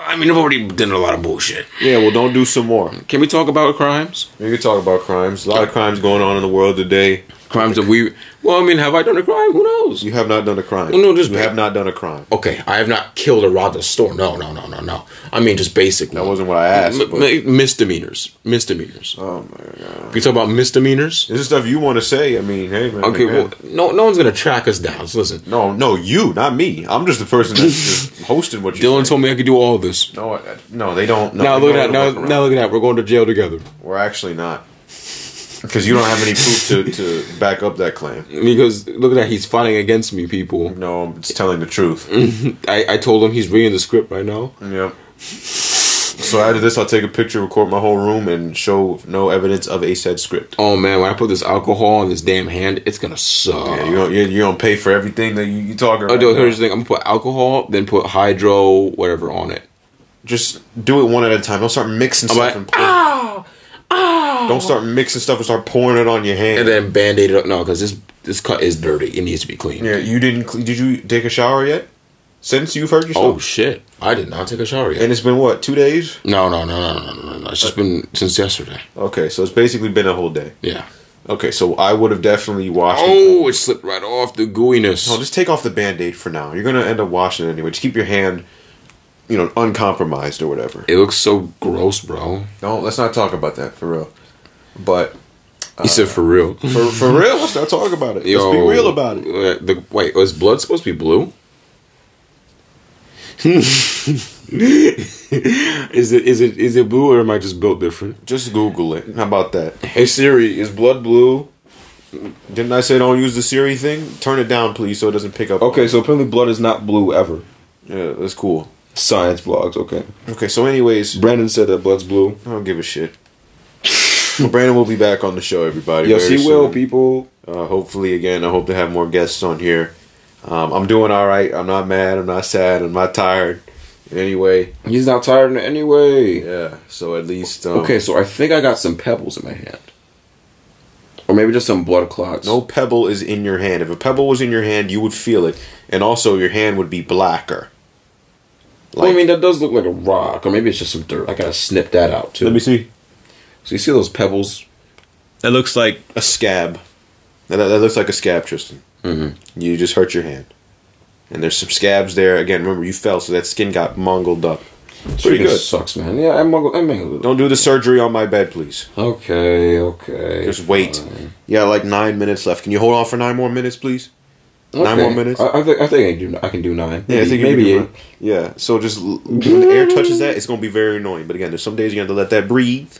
[SPEAKER 2] I mean, I've already done a lot of bullshit.
[SPEAKER 1] Yeah, well, don't do some more.
[SPEAKER 2] Can we talk about crimes?
[SPEAKER 1] We can talk about crimes. A lot of crimes going on in the world today.
[SPEAKER 2] Crimes that we. Well, I mean, have I done a crime? Who knows?
[SPEAKER 1] You have not done a crime.
[SPEAKER 2] No, just-
[SPEAKER 1] you have not done a crime.
[SPEAKER 2] Okay, I have not killed or robbed a store. No, no, no, no, no. I mean, just basic. That
[SPEAKER 1] wasn't what I asked, but-
[SPEAKER 2] misdemeanors. Misdemeanors.
[SPEAKER 1] Oh my god!
[SPEAKER 2] we talk about misdemeanors.
[SPEAKER 1] This is stuff you want to say. I mean, hey man.
[SPEAKER 2] Okay,
[SPEAKER 1] man.
[SPEAKER 2] well, no, no one's gonna track us down. So listen,
[SPEAKER 1] no, no, you, not me. I'm just the person that's just hosting what you.
[SPEAKER 2] Dylan
[SPEAKER 1] say.
[SPEAKER 2] told me I could do all this.
[SPEAKER 1] No, I- no, they don't. No,
[SPEAKER 2] now
[SPEAKER 1] they
[SPEAKER 2] look
[SPEAKER 1] don't
[SPEAKER 2] at that. Now,
[SPEAKER 1] work around.
[SPEAKER 2] now look at that. We're going to jail together
[SPEAKER 1] We're actually not. Because you don't have any proof to, to back up that claim.
[SPEAKER 2] because look at that. He's fighting against me, people.
[SPEAKER 1] No, I'm just telling the truth.
[SPEAKER 2] I, I told him he's reading the script right now.
[SPEAKER 1] Yep. So after this, I'll take a picture, record my whole room, and show no evidence of a said script.
[SPEAKER 2] Oh man, when I put this alcohol on this damn hand, it's gonna suck.
[SPEAKER 1] Yeah, you're, gonna- you're, you're gonna pay for everything that you, you talking
[SPEAKER 2] oh,
[SPEAKER 1] about.
[SPEAKER 2] no, here's the thing. I'm gonna put alcohol, then put hydro, whatever on it.
[SPEAKER 1] Just do it one at a time. Don't start mixing stuff.
[SPEAKER 2] like,
[SPEAKER 1] and pouring. Don't start mixing stuff and start pouring it on your hand.
[SPEAKER 2] And then band aid it up. No, because this this cut is dirty. It needs to be cleaned.
[SPEAKER 1] yeah, you didn't. cle- Did you take a shower yet? Since you've hurt yourself,
[SPEAKER 2] Oh shit! I did not take a shower yet.
[SPEAKER 1] and it's been what two days?
[SPEAKER 2] No, no, no, no, no, no, no, no. It's just been since yesterday.
[SPEAKER 1] Okay, so it's basically been a whole day.
[SPEAKER 2] Yeah.
[SPEAKER 1] Okay, so I would have definitely washed. and
[SPEAKER 2] Oh, it slipped right off the gooiness.
[SPEAKER 1] No, just take off the band-aid for now. You're gonna end up washing it anyway. Just keep your hand, you know, uncompromised or whatever.
[SPEAKER 2] It looks so gross, bro.
[SPEAKER 1] No, let's not talk about that for real. But
[SPEAKER 2] He said for real.
[SPEAKER 1] for, for real, let's not talk about it. let's be real about it.
[SPEAKER 2] uh, The, wait, was blood supposed to be blue? is it is it is it blue or am I just built different?
[SPEAKER 1] Just Google it. How about that?
[SPEAKER 2] Hey Siri, is blood blue?
[SPEAKER 1] Didn't I say don't use the Siri thing? Turn it down, please, so it doesn't pick up.
[SPEAKER 2] Okay, so apparently blood is not blue ever.
[SPEAKER 1] yeah, that's cool.
[SPEAKER 2] Science blogs, okay.
[SPEAKER 1] Okay, so anyways,
[SPEAKER 2] Brandon said that blood's blue.
[SPEAKER 1] I don't give a shit. Brandon will be back on the show, everybody.
[SPEAKER 2] Yes,
[SPEAKER 1] very
[SPEAKER 2] he will,
[SPEAKER 1] soon.
[SPEAKER 2] people.
[SPEAKER 1] Uh, hopefully, again, I hope to have more guests on here. Um, I'm doing all right. I'm not mad. I'm not sad. I'm not tired. Anyway,
[SPEAKER 2] He's not tired in any way.
[SPEAKER 1] yeah. So at least um,
[SPEAKER 2] Okay, so I think I got some pebbles in my hand. Or maybe just some blood clots.
[SPEAKER 1] No pebble is in your hand. If a pebble was in your hand, you would feel it, and also your hand would be blacker.
[SPEAKER 2] Well, I mean, that does look like a rock, or maybe it's just some dirt. I gotta snip that out too.
[SPEAKER 1] see.
[SPEAKER 2] so you see those pebbles?
[SPEAKER 1] That looks like a scab. That, that looks like a scab, Tristan. Mm-hmm. You just hurt your hand, and there's some scabs there. Again, remember you fell, so that skin got mongled up. Pretty
[SPEAKER 2] Freaking
[SPEAKER 1] good.
[SPEAKER 2] Sucks, man. Yeah, I'm gonna, I'm gonna.
[SPEAKER 1] Don't do the surgery on my bed, please.
[SPEAKER 2] Okay, okay.
[SPEAKER 1] Just wait. You got like nine minutes left. Can you hold on for nine more minutes, please? Nine
[SPEAKER 2] Okay.
[SPEAKER 1] more minutes.
[SPEAKER 2] I, I, think, I think I do. I can do nine.
[SPEAKER 1] Yeah, I think
[SPEAKER 2] maybe
[SPEAKER 1] maybe
[SPEAKER 2] eight.
[SPEAKER 1] eight. Yeah, so just l- when the air touches that, it's gonna be very annoying. But again, there's some days you're gonna have to let that breathe.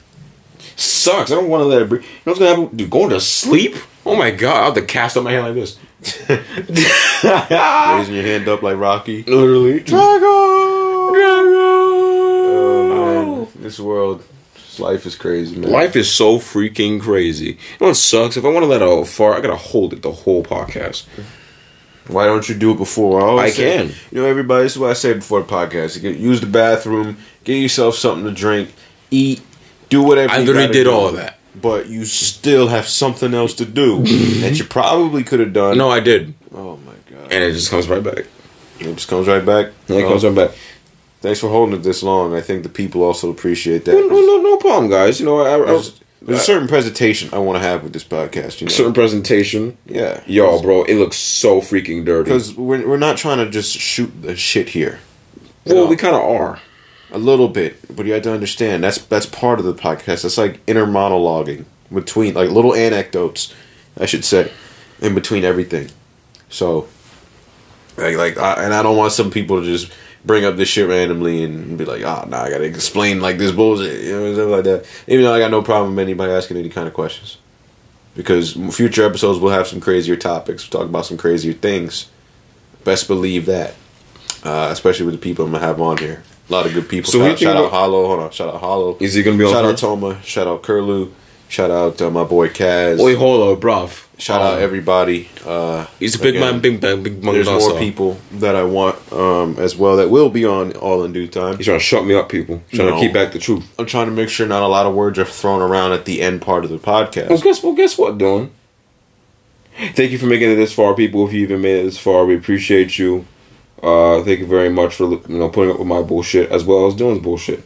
[SPEAKER 2] Sucks. I don't want to let it. Breathe. You know what's gonna happen? Dude, going to sleep. Oh my god! I have to cast up my hand like this.
[SPEAKER 1] Raising your hand up like Rocky.
[SPEAKER 2] Literally.
[SPEAKER 1] Oh, man. This world, this life is crazy, man.
[SPEAKER 2] Life is so freaking crazy. You know what sucks? If I want to let out fart, I gotta hold it the whole podcast.
[SPEAKER 1] Why don't you do it before? I, always
[SPEAKER 2] I
[SPEAKER 1] say-
[SPEAKER 2] can.
[SPEAKER 1] You know, everybody, this is what I say before the podcast. You get- use the bathroom, get yourself something to drink, eat, do whatever
[SPEAKER 2] I
[SPEAKER 1] you
[SPEAKER 2] literally
[SPEAKER 1] gotta
[SPEAKER 2] did
[SPEAKER 1] do.
[SPEAKER 2] all of that.
[SPEAKER 1] But you still have something else to do that you probably could have done.
[SPEAKER 2] No, I did,
[SPEAKER 1] Oh, my God.
[SPEAKER 2] and it just comes right back.
[SPEAKER 1] It just comes right back.
[SPEAKER 2] And it
[SPEAKER 1] Oh,
[SPEAKER 2] comes right back.
[SPEAKER 1] Thanks for holding it this long. I think the people also appreciate
[SPEAKER 2] No, no,
[SPEAKER 1] that.
[SPEAKER 2] no, no problem, guys. You know, I, I, I
[SPEAKER 1] There's, uh, there's a certain presentation I want to have with this podcast. You know?
[SPEAKER 2] certain presentation.
[SPEAKER 1] yeah.
[SPEAKER 2] Yo, bro, it looks so freaking dirty.
[SPEAKER 1] because we're, we're not trying to just shoot the shit here
[SPEAKER 2] well, we kind of are.
[SPEAKER 1] a little bit but you have to understand that's that's part of the podcast that's like inner monologuing between like little anecdotes i should say in between everything so like like I, and i don't want some people to just bring up this shit randomly and be like ah nah i gotta explain like this bullshit you know stuff like that even though i got no problem with anybody asking any kind of questions because future episodes will have some crazier topics talk about some crazier things best believe that uh, especially with the people I'm gonna have on here. A lot of good people.
[SPEAKER 2] So who
[SPEAKER 1] shout
[SPEAKER 2] do you
[SPEAKER 1] out, shout
[SPEAKER 2] think
[SPEAKER 1] out
[SPEAKER 2] will-
[SPEAKER 1] Hollow. Hold on. Shout out Hollow.
[SPEAKER 2] Is he gonna be on
[SPEAKER 1] Shout out
[SPEAKER 2] first?
[SPEAKER 1] Toma. Shout out Curlew. Shout out uh, my boy Kaz.
[SPEAKER 2] Oi, hold up, bruv.
[SPEAKER 1] shout
[SPEAKER 2] Um,
[SPEAKER 1] out everybody. Uh,
[SPEAKER 2] He's a big
[SPEAKER 1] again,
[SPEAKER 2] man, big man, big man.
[SPEAKER 1] There's
[SPEAKER 2] also.
[SPEAKER 1] more people that I want um, as well that will be on all in due time.
[SPEAKER 2] He's trying to shut me up, people. He's trying
[SPEAKER 1] No.
[SPEAKER 2] to keep back the truth.
[SPEAKER 1] I'm trying to make sure not a lot of words are thrown around at the end part of the podcast.
[SPEAKER 2] Well, guess well, guess what, Dylan? Thank you for making it this far, people. If you even made it this far, we appreciate you. Uh, thank you very much for you know putting up with my bullshit as well as Dylan's bullshit.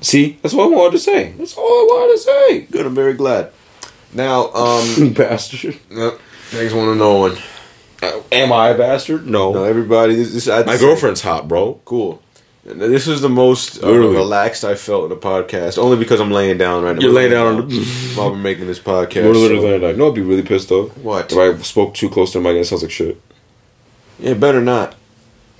[SPEAKER 2] See, that's what I wanted to say. That's all I wanted to say.
[SPEAKER 1] Good. I'm very glad. Now, um,
[SPEAKER 2] bastard.
[SPEAKER 1] yep, thanks one and no one.
[SPEAKER 2] Uh, am I a bastard? No.
[SPEAKER 1] No, everybody. This, this I
[SPEAKER 2] My girlfriend's hot, bro.
[SPEAKER 1] Cool. And This is the most uh,
[SPEAKER 2] Literally.
[SPEAKER 1] relaxed I felt in a podcast, only because I'm laying down right now.
[SPEAKER 2] You're laying down on the-
[SPEAKER 1] while we're making this podcast.
[SPEAKER 2] We're
[SPEAKER 1] so-
[SPEAKER 2] literally gonna die. No, I'd be really pissed off.
[SPEAKER 1] What?
[SPEAKER 2] If I spoke too close to my mic, it sounds like shit.
[SPEAKER 1] Yeah, better not.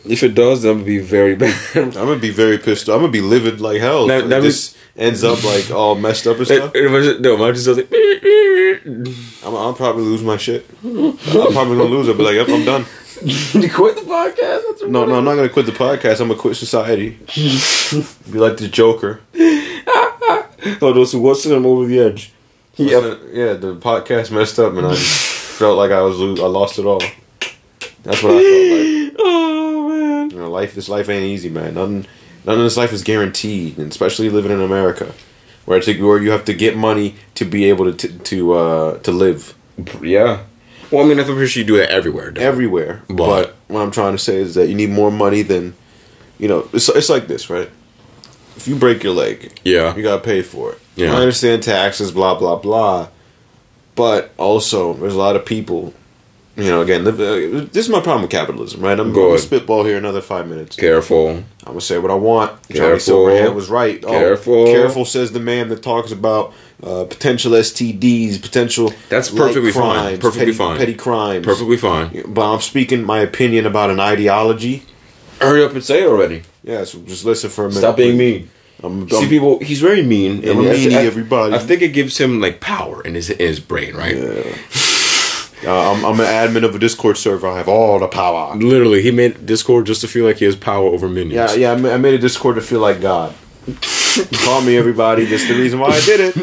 [SPEAKER 2] If it does, then I'm gonna be very
[SPEAKER 1] I'm
[SPEAKER 2] bad.
[SPEAKER 1] gonna be very pissed. off. I'm gonna be livid like hell.
[SPEAKER 2] That-
[SPEAKER 1] if
[SPEAKER 2] that
[SPEAKER 1] this ends up like all messed up and
[SPEAKER 2] It-
[SPEAKER 1] stuff.
[SPEAKER 2] it was- no, my just was like. "Beep, beep, beep."
[SPEAKER 1] I'm, I'll probably lose my shit. I'm probably gonna lose it. Be like, yep, I'm done.
[SPEAKER 2] quit the podcast? That's
[SPEAKER 1] No, no, I'm not gonna quit the podcast. I'm gonna quit society. Be like the Joker.
[SPEAKER 2] Oh, those who what's him over the edge. He
[SPEAKER 1] Yeah, yeah. The podcast messed up, and I just felt like I was lo- I lost it all. That's what I felt like.
[SPEAKER 2] Oh man.
[SPEAKER 1] You know, life this life ain't easy, man. None none of this life is guaranteed, and especially living in America, where I think where you have to get money to be able to t- to uh, to live
[SPEAKER 2] Yeah. Well, I mean, I'm pretty sure you do that everywhere. don't you?
[SPEAKER 1] everywhere. But,
[SPEAKER 2] But-
[SPEAKER 1] what I'm trying to say is that you need more money than you know. It's it's like this, right? If you break your leg,
[SPEAKER 2] yeah.
[SPEAKER 1] You gotta pay for it.
[SPEAKER 2] Yeah.
[SPEAKER 1] I understand taxes, blah blah blah, but also there's a lot of people. You know, again, live- uh, this is my problem with capitalism, right? I'm
[SPEAKER 2] Go
[SPEAKER 1] going to
[SPEAKER 2] ahead.
[SPEAKER 1] spitball here another five minutes.
[SPEAKER 2] Careful.
[SPEAKER 1] I'm gonna say what I want. Johnny
[SPEAKER 2] Careful.
[SPEAKER 1] Silverhand was right. Oh,
[SPEAKER 2] Careful.
[SPEAKER 1] careful says the man that talks about uh, potential STDs, potential
[SPEAKER 2] That's
[SPEAKER 1] light
[SPEAKER 2] perfectly fine. Perfectly
[SPEAKER 1] petty,
[SPEAKER 2] fine.
[SPEAKER 1] petty crimes.
[SPEAKER 2] Perfectly fine.
[SPEAKER 1] But I'm speaking my opinion about an ideology.
[SPEAKER 2] Hurry up and say it already.
[SPEAKER 1] Yeah, so just listen for a minute.
[SPEAKER 2] Stop being mean.
[SPEAKER 1] I'm, I'm,
[SPEAKER 2] See, people, he's very mean.
[SPEAKER 1] I'm
[SPEAKER 2] I-
[SPEAKER 1] meanie,
[SPEAKER 2] I-
[SPEAKER 1] everybody.
[SPEAKER 2] I think it gives him like power in his in his brain, right?
[SPEAKER 1] uh, I'm, I'm an admin of a Discord server. I have all the power.
[SPEAKER 2] Literally, he made Discord just to feel like he has power over
[SPEAKER 1] Yeah,
[SPEAKER 2] minions.
[SPEAKER 1] yeah. I ma- I made a Discord to feel like God. Call me everybody. That's the reason why I did it.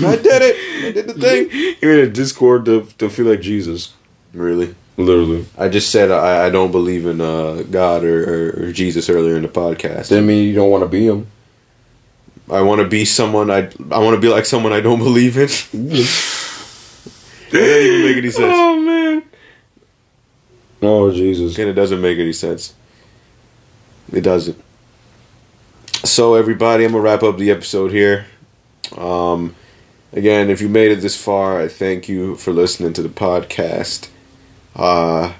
[SPEAKER 1] I did it. I did the thing.
[SPEAKER 2] he made a Discord to, to feel like Jesus.
[SPEAKER 1] Really,
[SPEAKER 2] Literally.
[SPEAKER 1] I just said I, I don't believe in uh, God or, or, or Jesus earlier in the podcast.
[SPEAKER 2] Doesn't mean you don't want to be him.
[SPEAKER 1] I want to be someone. I I want to be like someone I don't believe in. that doesn't even make any sense.
[SPEAKER 2] man. Oh Jesus.
[SPEAKER 1] And it doesn't make any sense. It doesn't. So everybody, I'm gonna wrap up the episode here. Um, again, if you made it this far, I thank you for listening to the podcast. Uh,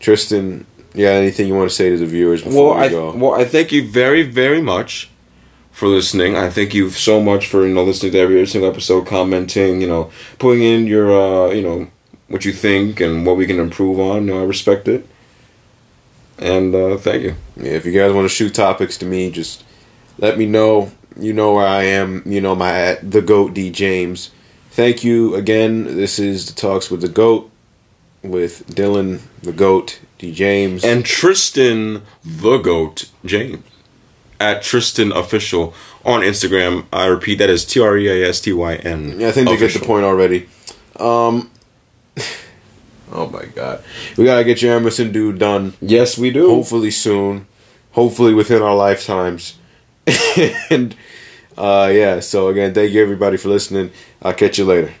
[SPEAKER 1] Tristan, yeah, anything you want to say to the viewers before
[SPEAKER 2] Well,
[SPEAKER 1] we
[SPEAKER 2] I
[SPEAKER 1] go?
[SPEAKER 2] well I thank you very very much for listening. I thank you so much for you know listening to every single episode, commenting, you know, putting in your uh you know what you think and what we can improve on. You know, I respect it. And uh, thank you.
[SPEAKER 1] Yeah, if you guys want to shoot topics to me, just let me know. You know where I am. You know my at the goat D James. Thank you again. This is the talks with the goat with Dylan the goat D James.
[SPEAKER 2] and Tristan the Goat James at Tristan Official on Instagram. I repeat, that is T R E A S T Y N.
[SPEAKER 1] yeah, I think they get
[SPEAKER 2] Official.
[SPEAKER 1] the point already. Um. oh my god, we gotta get your Emerson dude done.
[SPEAKER 2] Yes, we do.
[SPEAKER 1] Hopefully soon. Hopefully within our lifetimes. and uh, yeah. So again, thank you everybody for listening. I'll catch you later.